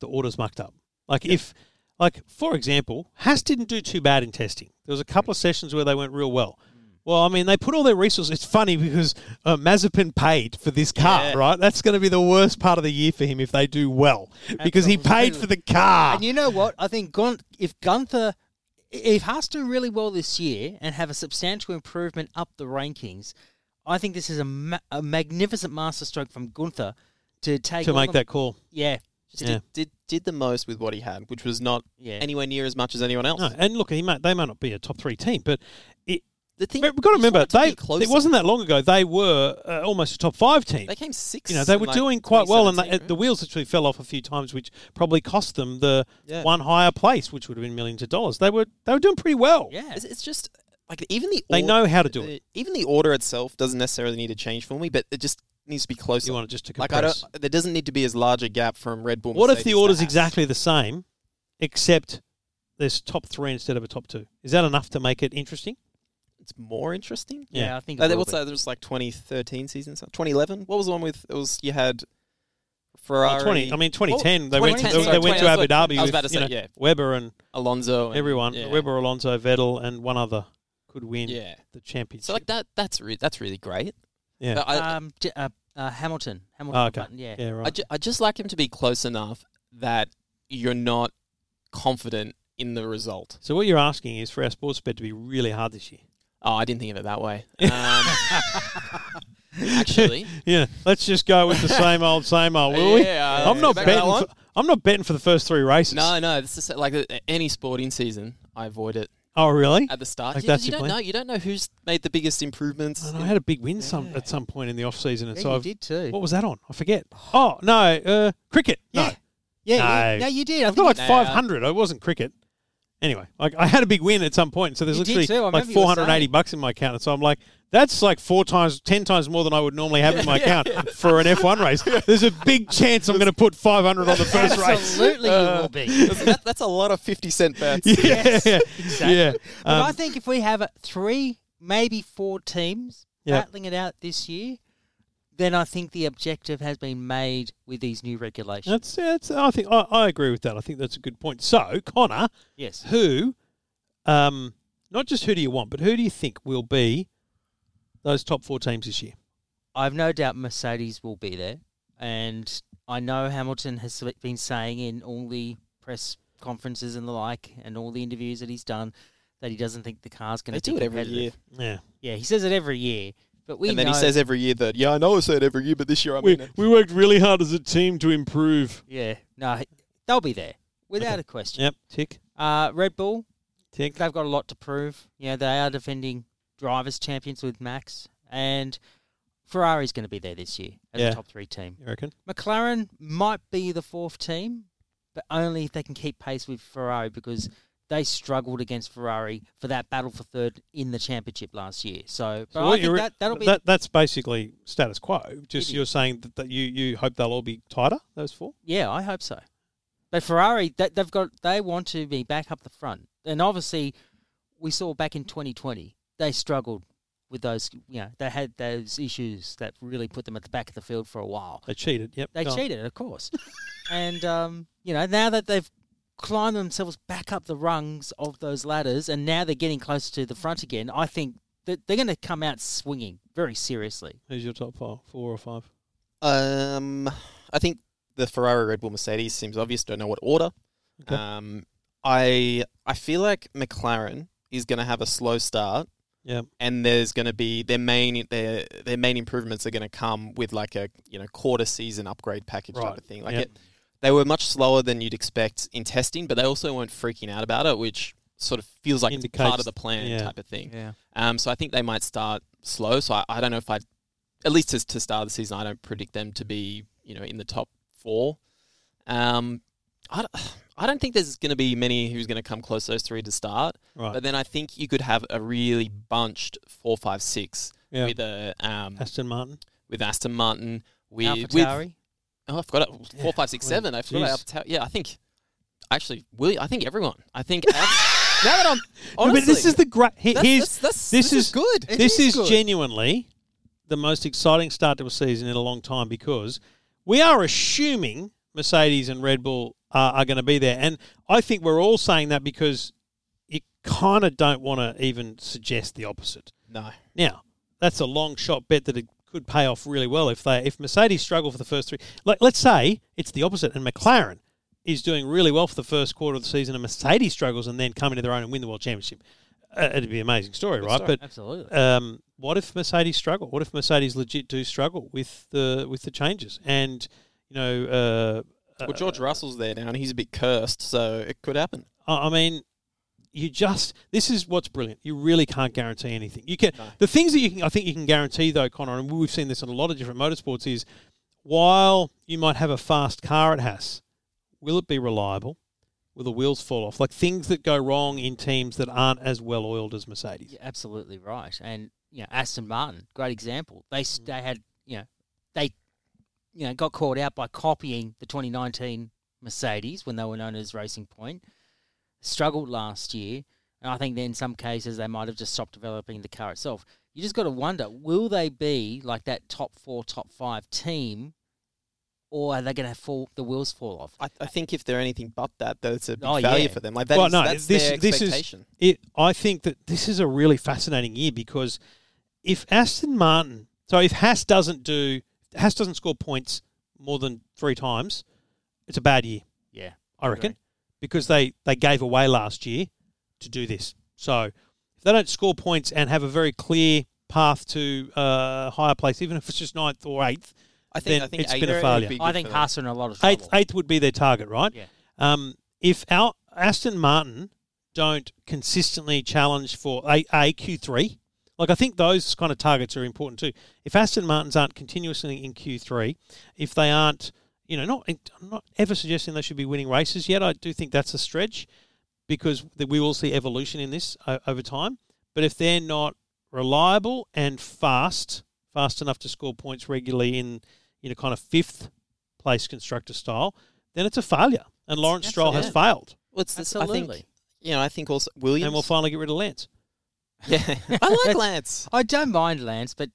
[SPEAKER 2] the order's mucked up. Like if, like for example, Haas didn't do too bad in testing. There was a couple of sessions where they went real well.
[SPEAKER 4] Hmm.
[SPEAKER 2] Well, I mean, they put all their resources. It's funny because uh, Mazepin paid for this car,
[SPEAKER 3] Yeah.
[SPEAKER 2] right? That's going to be the worst part of the year for him if they do well, because he paid for the car.
[SPEAKER 4] And you know what? I think Gun- if Gunther, if Haas do really well this year and have a substantial improvement up the rankings, I think this is a, ma- a magnificent masterstroke from Gunther to take
[SPEAKER 2] to
[SPEAKER 4] all
[SPEAKER 2] make
[SPEAKER 4] the-
[SPEAKER 2] that call.
[SPEAKER 4] Yeah,
[SPEAKER 3] Just
[SPEAKER 2] Yeah.
[SPEAKER 3] did, did did the most with what he had, which was not
[SPEAKER 4] yeah.
[SPEAKER 3] anywhere near as much as anyone else.
[SPEAKER 2] No, and look, he may, they may not be a top three team, but it,
[SPEAKER 3] The thing
[SPEAKER 2] we've got to
[SPEAKER 3] you just
[SPEAKER 2] remember
[SPEAKER 3] want it to
[SPEAKER 2] they
[SPEAKER 3] be closer.
[SPEAKER 2] it wasn't that long ago they were uh, almost a top five team.
[SPEAKER 3] They came six.
[SPEAKER 2] you know, they
[SPEAKER 3] in,
[SPEAKER 2] were
[SPEAKER 3] like,
[SPEAKER 2] doing quite well, and they, uh,
[SPEAKER 3] 2017,
[SPEAKER 2] the wheels actually fell off a few times, which probably cost them the
[SPEAKER 3] Yeah.
[SPEAKER 2] one higher place, which would have been millions of dollars. They were they were doing pretty well.
[SPEAKER 4] Yeah.
[SPEAKER 3] It's, it's just like even the
[SPEAKER 2] They
[SPEAKER 3] or-
[SPEAKER 2] know how to do it.
[SPEAKER 3] the- Even the order itself doesn't necessarily need to change for me, but it just needs to be closer.
[SPEAKER 2] You want it just to
[SPEAKER 3] like
[SPEAKER 2] compress.
[SPEAKER 3] I don't. There doesn't need to be as large a gap from Red Bull.
[SPEAKER 2] what if the
[SPEAKER 3] Mercedes
[SPEAKER 2] order's
[SPEAKER 3] to Haas.
[SPEAKER 2] exactly the same, except there's top three instead of a top two? Is that enough to make it interesting?
[SPEAKER 3] It's more interesting.
[SPEAKER 4] yeah,
[SPEAKER 2] yeah.
[SPEAKER 4] I think. it
[SPEAKER 3] Uh, there
[SPEAKER 4] will
[SPEAKER 3] was,
[SPEAKER 4] be.
[SPEAKER 3] uh, there was like 2013 season, so- 2011. What was the one with? It was you had Ferrari,
[SPEAKER 2] Well, Oh, Twenty. I mean, 2010.
[SPEAKER 3] Oh,
[SPEAKER 2] they went. To,
[SPEAKER 3] 2010,
[SPEAKER 2] they,
[SPEAKER 3] sorry,
[SPEAKER 2] went
[SPEAKER 3] 2010,
[SPEAKER 2] to Abu
[SPEAKER 3] I
[SPEAKER 2] Dhabi
[SPEAKER 3] was about
[SPEAKER 2] with
[SPEAKER 3] to
[SPEAKER 2] you
[SPEAKER 3] say,
[SPEAKER 2] know,
[SPEAKER 3] yeah.
[SPEAKER 2] Weber and
[SPEAKER 3] Alonso, and,
[SPEAKER 2] Everyone,
[SPEAKER 3] yeah.
[SPEAKER 2] Weber, Alonso, Vettel, and one other could win
[SPEAKER 3] Yeah.
[SPEAKER 2] the championship.
[SPEAKER 3] So like that. That's re- that's really great.
[SPEAKER 2] Yeah.
[SPEAKER 3] But I,
[SPEAKER 4] um, J- uh, uh, Hamilton. Hamilton.
[SPEAKER 2] Oh, okay.
[SPEAKER 4] Button, yeah.
[SPEAKER 2] Yeah, right.
[SPEAKER 3] I, ju- I just like him to be close enough that you're not confident in the result.
[SPEAKER 2] so what you're asking is for our sports bet to be really hard this year.
[SPEAKER 3] Oh, I didn't think of it that way. Um, actually,
[SPEAKER 2] Yeah, let's just go with the same old, same old, will we?
[SPEAKER 3] Yeah,
[SPEAKER 2] I'm
[SPEAKER 3] yeah.
[SPEAKER 2] not
[SPEAKER 3] Back to that
[SPEAKER 2] betting.
[SPEAKER 3] one?
[SPEAKER 2] For, I'm not betting for the first three races.
[SPEAKER 3] no, no. This is like uh, any sporting season. I avoid it
[SPEAKER 2] Oh, really?
[SPEAKER 3] at the start.
[SPEAKER 2] Like
[SPEAKER 3] Yeah, 'cause
[SPEAKER 2] that's
[SPEAKER 3] you
[SPEAKER 2] your
[SPEAKER 3] don't
[SPEAKER 2] plan?
[SPEAKER 3] know. You don't know who's made the biggest improvements.
[SPEAKER 2] And I had a big win some at some point in the off season, and
[SPEAKER 5] Yeah,
[SPEAKER 2] so
[SPEAKER 5] you
[SPEAKER 2] I've,
[SPEAKER 5] did too.
[SPEAKER 2] what was that on? I forget. Oh no, uh, cricket. No,
[SPEAKER 5] yeah. Yeah, yeah.
[SPEAKER 2] No.
[SPEAKER 5] No, you did. I
[SPEAKER 2] I've got
[SPEAKER 5] think
[SPEAKER 2] like
[SPEAKER 5] you-
[SPEAKER 3] Nah.
[SPEAKER 2] 500. I wasn't cricket. Anyway, like I had a big win at some point, so there's
[SPEAKER 4] You did
[SPEAKER 2] literally
[SPEAKER 4] too, I
[SPEAKER 2] like
[SPEAKER 4] remember you were
[SPEAKER 2] 480
[SPEAKER 4] saying.
[SPEAKER 2] bucks in my account, and so I'm like, that's like four times, ten times more than I would normally have in my account for an F1 race. There's a big chance I'm going to put 500 on the first race.
[SPEAKER 4] Absolutely, you will be.
[SPEAKER 3] Uh, That- that's a lot of fifty cent bets.
[SPEAKER 2] Yeah, yeah.
[SPEAKER 4] But I
[SPEAKER 2] Um,
[SPEAKER 4] think if we have uh, three, maybe four teams
[SPEAKER 2] Yeah.
[SPEAKER 4] battling it out this year, then I think the objective has been made with these new regulations.
[SPEAKER 2] that's, that's. I think I, I agree with that. I think that's a good point. So Connor,
[SPEAKER 4] yes.
[SPEAKER 2] who, um, not just who do you want, but who do you think will be those top four teams this year?
[SPEAKER 4] I've no doubt Mercedes will be there. And I know Hamilton has been saying in all the press conferences and the like, and all the interviews that he's done, that he doesn't think the car's going
[SPEAKER 3] They
[SPEAKER 4] to
[SPEAKER 3] do it every year.
[SPEAKER 2] Yeah,
[SPEAKER 4] Yeah, he says it every year. But we
[SPEAKER 3] and then
[SPEAKER 4] know,
[SPEAKER 3] he says every year that yeah, I know I say it every year, but this year I'm in it.
[SPEAKER 2] we worked really hard as a team to improve.
[SPEAKER 4] yeah, no, he- they'll be there without a question.
[SPEAKER 2] Yep, tick
[SPEAKER 4] Uh, Red Bull,
[SPEAKER 2] tick.
[SPEAKER 4] they've got a lot to prove. You know, they are defending drivers' champions with Max, and Ferrari's going to be there this year as
[SPEAKER 2] Yeah.
[SPEAKER 4] a top three team.
[SPEAKER 2] You reckon?
[SPEAKER 4] McLaren might be the fourth team, but only if they can keep pace with Ferrari because they struggled against Ferrari for that battle for third in the championship last year. So, but
[SPEAKER 2] So what
[SPEAKER 4] I
[SPEAKER 2] you
[SPEAKER 4] think
[SPEAKER 2] re-
[SPEAKER 4] that, that'll be
[SPEAKER 2] that, that's basically status quo. Just
[SPEAKER 4] It
[SPEAKER 2] you're saying that, that you you hope they'll all be tighter. Those four.
[SPEAKER 4] Yeah, I hope so. But Ferrari, that they've got, they want to be back up the front, and obviously, we saw back in 2020 they struggled with those. You know, they had those issues that really put them at the back of the field for a while.
[SPEAKER 2] They cheated. Yep.
[SPEAKER 4] They
[SPEAKER 2] go on.
[SPEAKER 4] cheated, of course, and um, you know now that they've climbed themselves back up the rungs of those ladders, and now they're getting closer to the front again. I think that they're going to come out swinging very seriously.
[SPEAKER 2] Who's your top five? Four or five?
[SPEAKER 3] Um, I think the Ferrari, Red Bull, Mercedes seems obvious. Don't know what order.
[SPEAKER 4] Uh,
[SPEAKER 2] Okay.
[SPEAKER 3] Um, I I feel like McLaren is going to have a slow start,
[SPEAKER 2] Yeah.
[SPEAKER 3] and there's going to be their main their their main improvements are going to come with like a you know quarter season upgrade package
[SPEAKER 2] Right,
[SPEAKER 3] type of thing. Like
[SPEAKER 2] yeah.
[SPEAKER 3] it, they were much slower than you'd expect in testing, but they also weren't freaking out about it, which sort of feels like it's part
[SPEAKER 2] Indicates-
[SPEAKER 3] of the plan
[SPEAKER 2] yeah.
[SPEAKER 3] type of thing.
[SPEAKER 4] Yeah.
[SPEAKER 3] Um, so I think they might start slow. So I, I don't know if I, at least as to start the season, I don't predict them to be you know in the top four. Um, I, don't- I don't think there's going to be many who's going to come close to those three to start.
[SPEAKER 2] Right.
[SPEAKER 3] But then I think you could have a really bunched four, five, six
[SPEAKER 2] yeah.
[SPEAKER 3] with a um,
[SPEAKER 2] Aston Martin.
[SPEAKER 3] with Aston Martin with
[SPEAKER 4] AlphaTauri.
[SPEAKER 3] with oh I forgot it, four, five, six,
[SPEAKER 2] well,
[SPEAKER 3] seven. I forgot
[SPEAKER 2] geez.
[SPEAKER 3] Alpha, yeah I think actually William I think everyone I think now that I'm
[SPEAKER 2] No,
[SPEAKER 3] honestly
[SPEAKER 2] but this is the great. He,
[SPEAKER 3] that's,
[SPEAKER 2] here's
[SPEAKER 3] that's, that's,
[SPEAKER 2] this
[SPEAKER 3] this,
[SPEAKER 2] is-
[SPEAKER 3] is good
[SPEAKER 2] this
[SPEAKER 4] is
[SPEAKER 2] is,
[SPEAKER 4] good.
[SPEAKER 2] genuinely the most exciting start to a season in a long time because we are assuming Mercedes and Red Bull are, are going to be there, and I think we're all saying that because you kind of don't want to even suggest the opposite.
[SPEAKER 3] no
[SPEAKER 2] Now, that's a long shot bet that it could pay off really well if they if Mercedes struggle for the first three. Like, let's say it's the opposite, and McLaren is doing really well for the first quarter of the season, and Mercedes struggles, and then come into their own and win the world championship. Uh, it'd be an amazing story, right? But
[SPEAKER 4] Absolutely.
[SPEAKER 2] um, what if Mercedes struggle? What if Mercedes legit do struggle with the with the changes? And you know, uh,
[SPEAKER 3] Well, George Russell's there now, and he's a bit cursed, so it could happen.
[SPEAKER 2] I I mean, you just this is what's brilliant. You really can't guarantee anything. You can
[SPEAKER 3] No.
[SPEAKER 2] the things that you can. I think you can guarantee though, Connor, and we've seen this in a lot of different motorsports. Is while you might have a fast car at Haas, will it be reliable? Will the wheels fall off? Like things that go wrong in teams that aren't as well oiled as Mercedes.
[SPEAKER 4] You're absolutely right. And you know, Aston Martin, great example. They s they had you know they you know got called out by copying the 2019 Mercedes when they were known as Racing Point. Struggled last year, and I think then in some cases they might have just stopped developing the car itself. You just got to wonder: will they be like that top four, top five team, or are they going to fall? The wheels fall off.
[SPEAKER 3] I, I think if they're anything but that, that it's a big
[SPEAKER 4] Oh,
[SPEAKER 3] value
[SPEAKER 4] yeah.
[SPEAKER 3] for them. Like that
[SPEAKER 2] well,
[SPEAKER 3] is-
[SPEAKER 2] no,
[SPEAKER 3] that's
[SPEAKER 2] this
[SPEAKER 3] their
[SPEAKER 2] this is
[SPEAKER 3] expectation.
[SPEAKER 2] it. I think that this is a really fascinating year because if Aston Martin So if Haas doesn't do Haas doesn't score points more than three times, it's a bad year.
[SPEAKER 4] Yeah.
[SPEAKER 2] I reckon, because they they gave away last year to do this. So if they don't score points and have a very clear path to a uh, higher place, even if it's just ninth or eighth,
[SPEAKER 3] I think,
[SPEAKER 2] Then
[SPEAKER 3] I think
[SPEAKER 2] it's
[SPEAKER 3] eight
[SPEAKER 2] been a
[SPEAKER 3] would
[SPEAKER 2] failure.
[SPEAKER 3] be good
[SPEAKER 4] I think
[SPEAKER 3] for them.
[SPEAKER 4] Haas are in a lot of trouble.
[SPEAKER 2] eighth eighth would be their target, right?
[SPEAKER 4] Yeah.
[SPEAKER 2] Um, if our Aston Martin don't consistently challenge for a, a Q three, like I think those kind of targets are important too. If Aston Martins aren't continuously in Q three, if they aren't, you know, not I'm not ever suggesting they should be winning races yet. I do think that's a stretch because th- we will see evolution in this o- over time. But if they're not reliable and fast, fast enough to score points regularly in you know kind of fifth place constructor style, then it's a failure. And Lawrence Stroll has failed,
[SPEAKER 3] Well, it's this, I
[SPEAKER 4] Absolutely.
[SPEAKER 3] think, you know, I think also Williams.
[SPEAKER 2] and we'll finally get rid of Lance.
[SPEAKER 3] yeah. I like Lance.
[SPEAKER 4] I don't mind Lance, but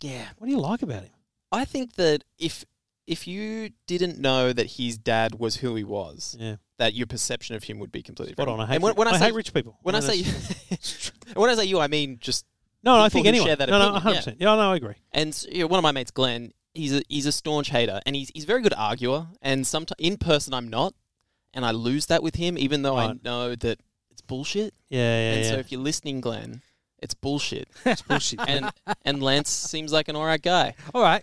[SPEAKER 4] yeah,
[SPEAKER 2] What do you like about him?
[SPEAKER 3] I think that if if you didn't know that his dad was who he was,
[SPEAKER 2] Yeah,
[SPEAKER 3] that your perception of him would be completely
[SPEAKER 2] spot
[SPEAKER 3] wrong.
[SPEAKER 2] on. I hate,
[SPEAKER 3] and when, when I,
[SPEAKER 2] I
[SPEAKER 3] say
[SPEAKER 2] hate rich people.
[SPEAKER 3] when I
[SPEAKER 2] No,
[SPEAKER 3] say
[SPEAKER 2] that's-
[SPEAKER 3] and when I say you, I mean just
[SPEAKER 2] no, no, I
[SPEAKER 3] people
[SPEAKER 2] think
[SPEAKER 3] who
[SPEAKER 2] anyone.
[SPEAKER 3] share that
[SPEAKER 2] no, no,
[SPEAKER 3] opinion, yeah.
[SPEAKER 2] 100%. Yeah, no, I agree.
[SPEAKER 3] And you know, one of my mates, Glenn, he's a, he's a staunch hater, and he's he's a very good arguer. And sometimes in person, I'm not, and I lose that with him, even though I
[SPEAKER 2] Right.
[SPEAKER 3] know that it's bullshit.
[SPEAKER 2] Yeah, yeah,
[SPEAKER 3] and
[SPEAKER 2] yeah.
[SPEAKER 3] so, if you're listening, Glenn, it's bullshit.
[SPEAKER 2] it's bullshit.
[SPEAKER 3] and and Lance seems like an alright guy.
[SPEAKER 4] all right.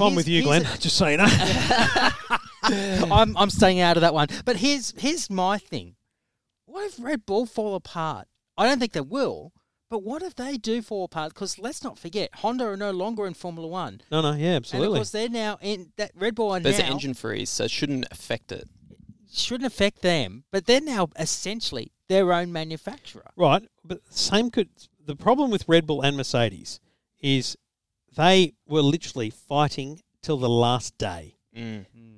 [SPEAKER 2] I'm with you, Glenn. Just so you know.
[SPEAKER 4] I'm I'm staying out of that one. But here's here's my thing. What if Red Bull fall apart? I don't think they will. But what if they do fall apart? Because let's not forget, Honda are no longer in Formula One,
[SPEAKER 2] no, no, yeah,
[SPEAKER 4] and of
[SPEAKER 2] absolutely.
[SPEAKER 4] course they're now in that Red Bull are
[SPEAKER 3] There's
[SPEAKER 4] now
[SPEAKER 3] an engine freeze, so it shouldn't affect it.
[SPEAKER 4] shouldn't affect them, but they're now essentially their own manufacturer.
[SPEAKER 2] Right, but same could the problem with Red Bull and Mercedes is they were literally fighting till the last day.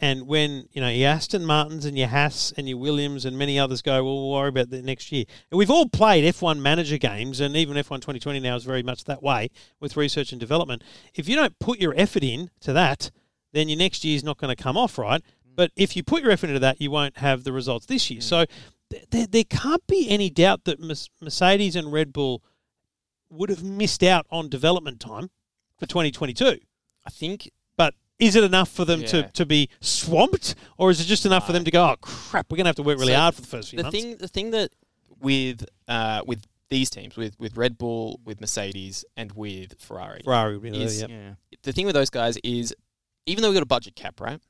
[SPEAKER 2] And when you know your Aston Martins and your Haas and your Williams and many others go, well, we'll worry about that next year. And we've all played F1 manager games, and even F1 2020 now is very much that way with research and development. If you don't put your effort in to that, then your next year is not going to come off right. But if you put your effort into that, you won't have the results this year. So th- there, there can't be any doubt that Mes- Mercedes and Red Bull would have missed out on development time for 2022.
[SPEAKER 3] I think
[SPEAKER 2] But is it enough for them
[SPEAKER 3] Yeah.
[SPEAKER 2] to, to be swamped, or is it just enough for them to go, oh crap, we're going to have to work really
[SPEAKER 3] So
[SPEAKER 2] hard for the first few
[SPEAKER 3] the
[SPEAKER 2] months?
[SPEAKER 3] thing the thing that with uh, with these teams, with with Red Bull, with Mercedes, and with Ferrari,
[SPEAKER 2] Ferrari would be there,
[SPEAKER 3] is-
[SPEAKER 2] yeah.
[SPEAKER 4] Yeah.
[SPEAKER 3] the thing with those guys is, even though we got a budget cap, right?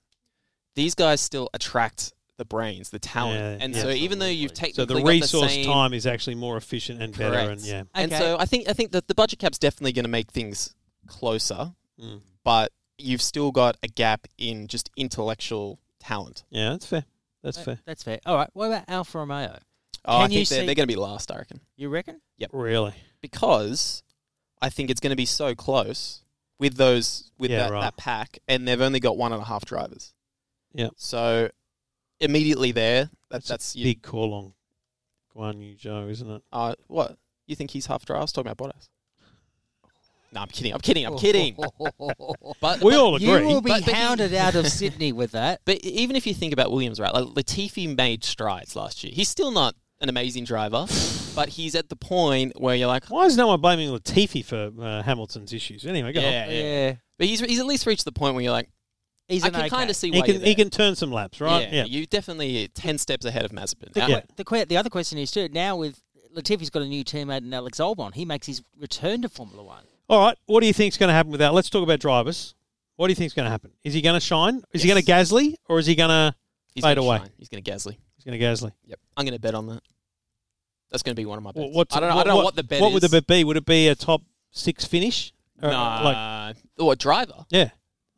[SPEAKER 3] These guys still attract the brains, the talent,
[SPEAKER 2] Yeah,
[SPEAKER 3] and
[SPEAKER 2] yeah.
[SPEAKER 3] so even though you've
[SPEAKER 4] Absolutely.
[SPEAKER 3] taken
[SPEAKER 2] So the
[SPEAKER 3] the
[SPEAKER 2] resource
[SPEAKER 3] same-
[SPEAKER 2] time is actually more efficient and better,
[SPEAKER 3] Correct.
[SPEAKER 2] and yeah,
[SPEAKER 3] And
[SPEAKER 4] Okay.
[SPEAKER 3] so I think I think that the budget cap's definitely going to make things closer,
[SPEAKER 2] Mm.
[SPEAKER 3] but you've still got a gap in just intellectual talent.
[SPEAKER 2] yeah, that's fair. That's fair.
[SPEAKER 4] That's fair. All right. What about Alfa Romeo?
[SPEAKER 3] Oh, I
[SPEAKER 4] Can you
[SPEAKER 3] think they're,
[SPEAKER 4] see-
[SPEAKER 3] they're going to be last, I reckon,
[SPEAKER 4] You reckon?
[SPEAKER 2] Really,
[SPEAKER 3] because I think it's going to be so close with those with
[SPEAKER 2] Yeah,
[SPEAKER 3] that,
[SPEAKER 2] right.
[SPEAKER 3] that pack, and they've only got one and a half drivers.
[SPEAKER 2] Yep.
[SPEAKER 3] So immediately there, that,
[SPEAKER 2] that's,
[SPEAKER 3] that's
[SPEAKER 2] a
[SPEAKER 3] you,
[SPEAKER 2] big call on Guan Yu Zhou, isn't it?
[SPEAKER 3] Uh, what? You think he's half drivers? Talking about Bottas? No, I'm kidding. I'm kidding. I'm kidding. Oh, But
[SPEAKER 2] We all
[SPEAKER 4] you
[SPEAKER 2] agree.
[SPEAKER 4] will be
[SPEAKER 3] But- but he-
[SPEAKER 4] hounded out of Sydney with that.
[SPEAKER 3] But even if you think about Williams, right? Like Latifi made strides last year. He's still not an amazing driver, but he's at the point where you're like, oh
[SPEAKER 2] Why is no one blaming Latifi for uh, Hamilton's issues? Anyway, go on.
[SPEAKER 3] yeah, yeah. But he's he's at least reached the point where you're like,
[SPEAKER 4] He's
[SPEAKER 3] I
[SPEAKER 4] an
[SPEAKER 3] can
[SPEAKER 4] okay.
[SPEAKER 3] kind of see why
[SPEAKER 2] He
[SPEAKER 3] you're
[SPEAKER 2] can
[SPEAKER 3] there.
[SPEAKER 2] he can turn some laps, right?
[SPEAKER 3] Yeah,
[SPEAKER 2] Yeah,
[SPEAKER 3] you definitely ten steps ahead of Mazepin.
[SPEAKER 4] The,
[SPEAKER 3] Uh,
[SPEAKER 2] Yeah.
[SPEAKER 4] que- the, que- the other question is too now with Latifi's got a new teammate in Alex Albon. He makes his return to Formula One.
[SPEAKER 2] All right. What do you think's going to happen with that? Let's talk about drivers. What do you think's going to happen? Is he going to shine? Is he going
[SPEAKER 3] Yes.
[SPEAKER 2] to Gasly or is he going to
[SPEAKER 3] He's
[SPEAKER 2] Fade
[SPEAKER 3] gonna
[SPEAKER 2] away.
[SPEAKER 3] shine. He's going to Gasly.
[SPEAKER 2] he's going to Gasly?
[SPEAKER 3] Yep, I'm going to bet on that. That's going to be one of my bets.
[SPEAKER 2] What, what's-
[SPEAKER 3] I don't know.
[SPEAKER 2] What,
[SPEAKER 3] I don't know what the bet
[SPEAKER 2] What
[SPEAKER 3] is.
[SPEAKER 2] would the bet be? Would it be a top six finish? Or,
[SPEAKER 3] Nah.
[SPEAKER 2] Like
[SPEAKER 3] or driver?
[SPEAKER 2] yeah.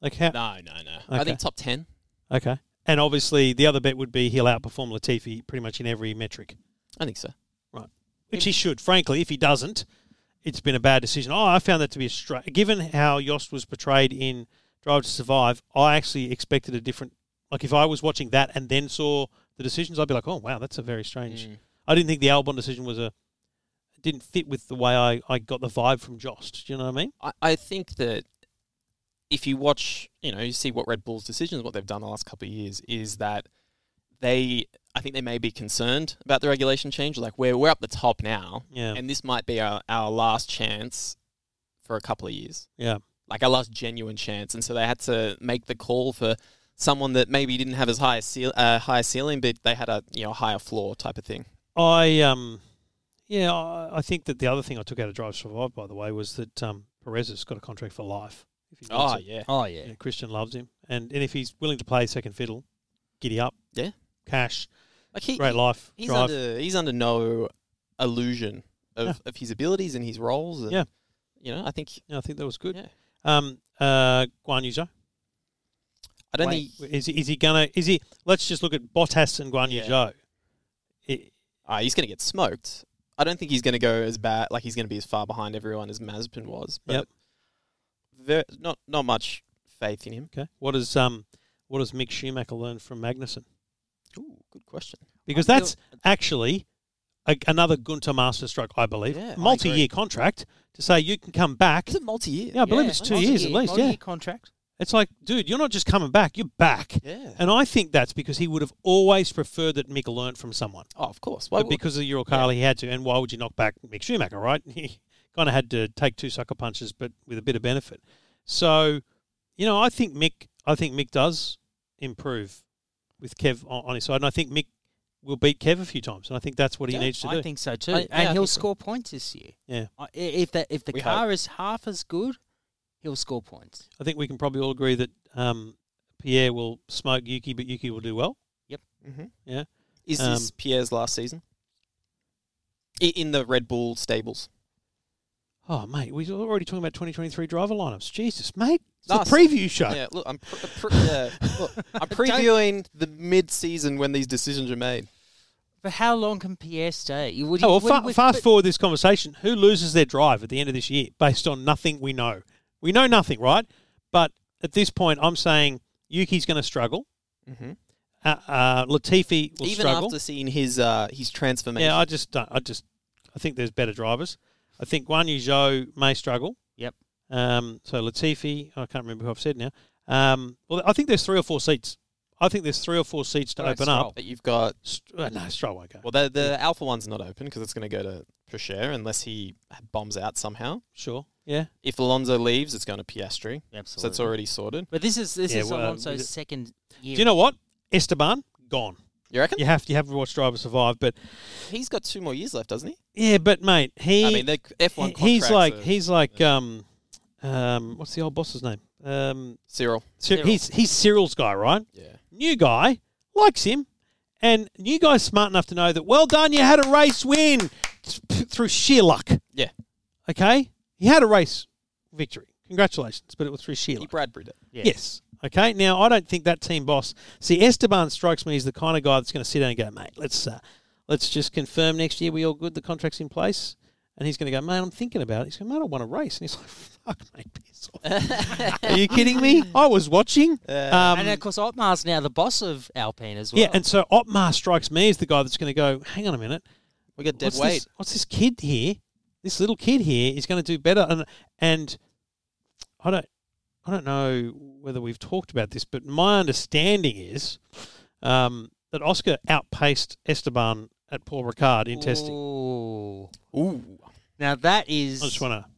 [SPEAKER 2] Like how?
[SPEAKER 3] No, no, no. I
[SPEAKER 2] Okay.
[SPEAKER 3] think top ten.
[SPEAKER 2] Okay. And obviously the other bet would be he'll outperform Latifi pretty much in every metric,
[SPEAKER 3] I think so.
[SPEAKER 2] which he should. Frankly, if he doesn't, it's been a bad decision. Oh, I found that to be a stra Given how Yost was portrayed in Drive to Survive, I actually expected a different. Like if I was watching that and then saw the decisions, I'd be like, oh wow, that's a very strange. I didn't think the Albon decision was a didn't fit with the way I, I got the vibe from Jost. Do you know what I mean?
[SPEAKER 3] I, I think that if you watch, you know, you see what Red Bull's decisions, what they've done the last couple of years, is that they, I think they may be concerned about the regulation change. Like we're we're up the top now,
[SPEAKER 2] Yeah.
[SPEAKER 3] and this might be our, our last chance for a couple of years.
[SPEAKER 2] Yeah.
[SPEAKER 3] Like our last genuine chance, and so they had to make the call for someone that maybe didn't have as high a ceil- uh, high ceiling, but they had a you know higher floor type of thing.
[SPEAKER 2] I um, yeah, I, I think that the other thing I took out of Drive to Survive, by the way, was that um, Perez has got a contract for life. If he wants
[SPEAKER 3] Oh
[SPEAKER 2] it.
[SPEAKER 3] yeah,
[SPEAKER 4] Oh yeah.
[SPEAKER 2] Yeah, Christian loves him, and and if he's willing to play second fiddle, giddy up.
[SPEAKER 3] Yeah.
[SPEAKER 2] cash,
[SPEAKER 3] like he,
[SPEAKER 2] great life,
[SPEAKER 3] he's
[SPEAKER 2] drive.
[SPEAKER 3] under he's under no illusion of,
[SPEAKER 2] Yeah.
[SPEAKER 3] of his abilities and his roles. And,
[SPEAKER 2] Yeah.
[SPEAKER 3] you know I think
[SPEAKER 2] Yeah, I think that was good.
[SPEAKER 3] Yeah.
[SPEAKER 2] Um, uh, Guan Yu Zhou.
[SPEAKER 3] I don't
[SPEAKER 4] Wait.
[SPEAKER 3] think
[SPEAKER 2] Is he, is he gonna? Is he? Let's just look at Bottas and Guan Yu
[SPEAKER 3] Yeah.
[SPEAKER 2] Zhou. I-
[SPEAKER 3] uh, he's going to get smoked. I don't think he's going to go as bad. Like he's going to be as far behind everyone as Mazepin was. But
[SPEAKER 2] Yep.
[SPEAKER 3] there, not not much faith in him.
[SPEAKER 2] Okay. What does um, what does Mick Schumacher learn from Magnussen?
[SPEAKER 3] Ooh, good question.
[SPEAKER 2] Because
[SPEAKER 4] I feel-
[SPEAKER 2] that's actually a, another Gunter masterstroke, I believe.
[SPEAKER 3] Yeah, I agree.
[SPEAKER 2] Multi-year contract to say you can come back.
[SPEAKER 3] Is it multi-year?
[SPEAKER 2] Yeah, I believe it's two years at
[SPEAKER 4] multi-year-
[SPEAKER 2] least.
[SPEAKER 4] multi-year
[SPEAKER 2] Yeah,
[SPEAKER 4] contract.
[SPEAKER 2] it's like, dude, you're not just coming back; you're back.
[SPEAKER 3] Yeah.
[SPEAKER 2] And I think that's because he would have always preferred that Mick learnt from someone.
[SPEAKER 3] Oh, of course. Why
[SPEAKER 2] but
[SPEAKER 3] would-
[SPEAKER 2] because of Euro Carly, he had to. And why would you knock back Mick Schumacher, right? He kind of had to take two sucker punches, but with a bit of benefit. So, you know, I think Mick, I think Mick does improve with Kev on, on his side, and I think Mick will beat Kev a few times, and I think that's what he
[SPEAKER 3] Yeah,
[SPEAKER 2] needs to
[SPEAKER 4] I
[SPEAKER 2] do.
[SPEAKER 4] think so too.
[SPEAKER 3] I- yeah, I
[SPEAKER 4] and he'll
[SPEAKER 3] think so.
[SPEAKER 4] score points this year.
[SPEAKER 2] Yeah.
[SPEAKER 4] I- i- If that if the
[SPEAKER 3] We
[SPEAKER 4] car is half as good, he'll score points.
[SPEAKER 2] I think we can probably all agree that um, Pierre will smoke Yuki, but Yuki will do well.
[SPEAKER 3] Mhm.
[SPEAKER 2] Yeah.
[SPEAKER 3] Is this
[SPEAKER 2] Um,
[SPEAKER 3] Pierre's last season I- in the Red Bull stables?
[SPEAKER 2] Oh, mate, we we're already talking about 2023 driver lineups. Jesus, mate, it's the
[SPEAKER 3] Nice.
[SPEAKER 2] preview show.
[SPEAKER 3] Yeah. Look, I'm pr- pr- yeah, look, I'm previewing the mid-season when these decisions are made.
[SPEAKER 4] But how long can Pierre stay? You would.
[SPEAKER 2] Oh, well,
[SPEAKER 4] would-
[SPEAKER 2] fa-
[SPEAKER 4] would-
[SPEAKER 2] fast
[SPEAKER 4] but-
[SPEAKER 2] forward this conversation. Who loses their drive at the end of this year based on nothing we know? We know nothing, right? But at this point, I'm saying Yuki's going to struggle.
[SPEAKER 3] Mm-hmm.
[SPEAKER 2] Uh, uh, Latifi will
[SPEAKER 3] Even
[SPEAKER 2] struggle.
[SPEAKER 3] after seeing his uh, his transformation.
[SPEAKER 2] yeah, I just don't. I just I think there's better drivers. I think Guan Yu Zhou may struggle.
[SPEAKER 4] Yep.
[SPEAKER 2] Um, so Latifi, I can't remember who I've said now. Um, well, I think there's three or four seats. I think there's three or four seats to
[SPEAKER 4] All right,
[SPEAKER 2] open
[SPEAKER 4] Stroll.
[SPEAKER 2] up.
[SPEAKER 3] But you've got
[SPEAKER 2] St- uh, no, Stroll won't go.
[SPEAKER 3] well, the the Alpha one's not open because it's going to go to Prochere unless he bombs out somehow.
[SPEAKER 2] sure. Yeah.
[SPEAKER 3] If Alonso leaves, it's going to Piastri.
[SPEAKER 4] Absolutely.
[SPEAKER 3] So that's already sorted.
[SPEAKER 4] But this is this
[SPEAKER 2] Yeah,
[SPEAKER 4] is
[SPEAKER 2] well, um,
[SPEAKER 4] Alonso's
[SPEAKER 2] is it-
[SPEAKER 4] second year.
[SPEAKER 2] Do you know what? Esteban gone.
[SPEAKER 3] You reckon?
[SPEAKER 2] You have you have to watch Driver Survive, but
[SPEAKER 3] He's got two more years left, doesn't he?
[SPEAKER 2] Yeah, but mate, he
[SPEAKER 3] I mean, the F1
[SPEAKER 2] he- he's
[SPEAKER 3] contracts
[SPEAKER 2] like
[SPEAKER 3] are-
[SPEAKER 2] he's like um um what's the old boss's name? Um
[SPEAKER 3] Cyril.
[SPEAKER 2] Cyr-
[SPEAKER 4] Cyril.
[SPEAKER 2] he's he's Cyril's guy, right?
[SPEAKER 3] Yeah.
[SPEAKER 2] New guy likes him, and new guy's smart enough to know that. Well done, you had a race win th- through sheer luck.
[SPEAKER 3] Yeah.
[SPEAKER 2] Okay, he had a race victory. Congratulations, but it was through sheer
[SPEAKER 3] He
[SPEAKER 2] luck.
[SPEAKER 3] Bradbury'd it.
[SPEAKER 4] Yeah.
[SPEAKER 2] Yes. Okay. Now I don't think that team boss. See, Esteban strikes me as the kind of guy that's going to sit down and go, mate, let's uh, let's just confirm next year we all good, the contract's in place, and he's going to go, mate, I'm thinking about it. He's going, mate, I want a race, and he's like, fuck, mate, piss off. Are you kidding me? I was watching.
[SPEAKER 3] Uh,
[SPEAKER 2] Um,
[SPEAKER 4] and Uh, of course, Otmar's now the boss of Alpine as well.
[SPEAKER 2] yeah, and so Otmar strikes me as the guy that's going to go, hang on a minute,
[SPEAKER 3] We got dead
[SPEAKER 2] what's
[SPEAKER 3] weight.
[SPEAKER 2] This, what's this kid here? This little kid here is going to do better, and and I don't I don't know whether we've talked about this, but my understanding is um, that Oscar outpaced Esteban at Paul Ricard in testing.
[SPEAKER 4] Ooh.
[SPEAKER 3] Ooh.
[SPEAKER 4] Now that is
[SPEAKER 2] I just want to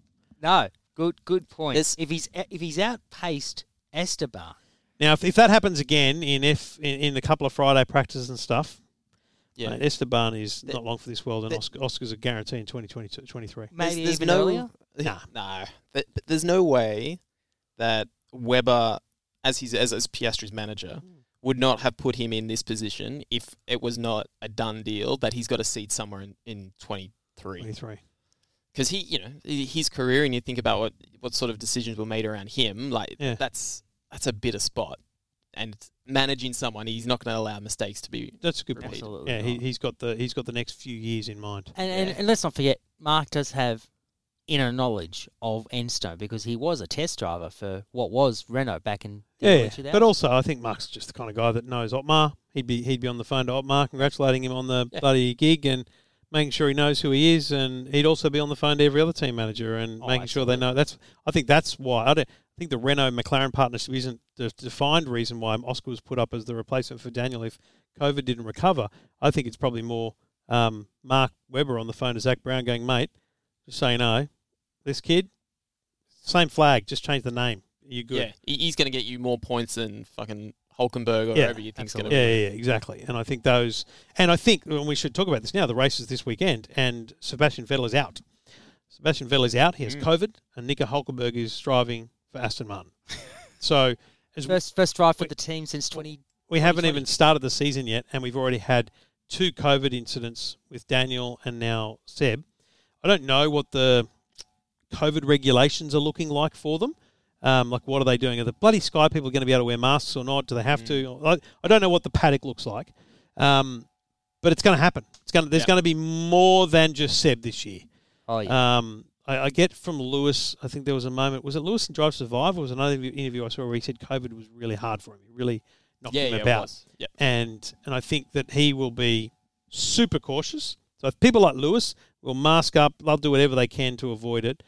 [SPEAKER 4] no good good point.
[SPEAKER 3] This-
[SPEAKER 4] if he's if he's outpaced Esteban,
[SPEAKER 2] now if, if that happens again in if in, in a couple of Friday practices and stuff.
[SPEAKER 3] Yeah.
[SPEAKER 2] mate, Esteban is not long for this world, and
[SPEAKER 3] the-
[SPEAKER 2] Oscar, Oscar's a guarantee in 2022, 23.
[SPEAKER 3] There's-
[SPEAKER 4] maybe
[SPEAKER 3] there's
[SPEAKER 4] even
[SPEAKER 3] no,
[SPEAKER 4] earlier.
[SPEAKER 2] Nah.
[SPEAKER 3] No. Th- but there's no way that Weber, as he's as, as Piastri's manager, would not have put him in this position if it was not a done deal that he's got a seat somewhere in, in 23.
[SPEAKER 2] 23.
[SPEAKER 3] Because he, you know, i- his career, and you think about what, what sort of decisions were made around him, like
[SPEAKER 2] Yeah.
[SPEAKER 3] that's that's a bitter spot. And managing someone, he's not going to allow mistakes to be.
[SPEAKER 2] That's a good point.
[SPEAKER 4] Absolutely.
[SPEAKER 2] Yeah, he,
[SPEAKER 4] not.
[SPEAKER 2] he's got the he's got the next few years in mind.
[SPEAKER 4] And,
[SPEAKER 3] Yeah.
[SPEAKER 4] and and let's not forget, Mark does have inner knowledge of Enstone because he was a test driver for what was Renault back in the early
[SPEAKER 2] Yeah,
[SPEAKER 4] 2000s.
[SPEAKER 2] but also I think Mark's just the kind of guy that knows Otmar. He'd be he'd be on the phone to Otmar, congratulating him on the
[SPEAKER 3] Yeah.
[SPEAKER 2] bloody gig and making sure he knows who he is, and he'd also be on the phone to every other team manager and
[SPEAKER 4] Oh,
[SPEAKER 2] making sure they know. That's I think that's why I, don't, I think the Renault McLaren partnership isn't the defined reason why Oscar was put up as the replacement for Daniel if COVID didn't recover. I think it's probably more um, Mark Webber on the phone to Zach Brown going, mate, just so you know, this kid Same flag, just change the name. You're good.
[SPEAKER 3] Yeah, he- he's going to get you more points than fucking Hulkenberg or
[SPEAKER 2] Yeah,
[SPEAKER 3] whoever you think's going to.
[SPEAKER 2] Yeah, yeah, yeah, exactly. And I think those, and I think and we should talk about this now. The race is this weekend, and Sebastian Vettel is out. Sebastian Vettel is out. He has COVID, and Nico Hulkenberg is driving for Aston Martin. so as
[SPEAKER 4] First first drive for the team since 20.
[SPEAKER 2] we haven't
[SPEAKER 4] 2020.
[SPEAKER 2] even started the season yet, and we've already had two COVID incidents with Daniel and now Seb. I don't know what the COVID regulations are looking like for them. Um, like, what are they doing? Are the bloody Sky people going to be able to wear masks or not? Do they have to?
[SPEAKER 3] Mm.
[SPEAKER 2] Like, I don't know what the paddock looks like, um, but it's going to happen. It's going. to There's
[SPEAKER 3] Yeah.
[SPEAKER 2] going to be more than just Seb this year.
[SPEAKER 4] Oh, yeah.
[SPEAKER 2] Um, I, I get from Lewis. I think there was a moment. Was it Lewis in Drive Survive? Or was another interview- interview I saw where he said COVID was really hard for him. It really knocked
[SPEAKER 3] Yeah,
[SPEAKER 2] him
[SPEAKER 3] yeah, it
[SPEAKER 2] about
[SPEAKER 3] was. Yeah.
[SPEAKER 2] and and I think that he will be super cautious. So if people like Lewis will mask up, they'll do whatever they can to avoid it.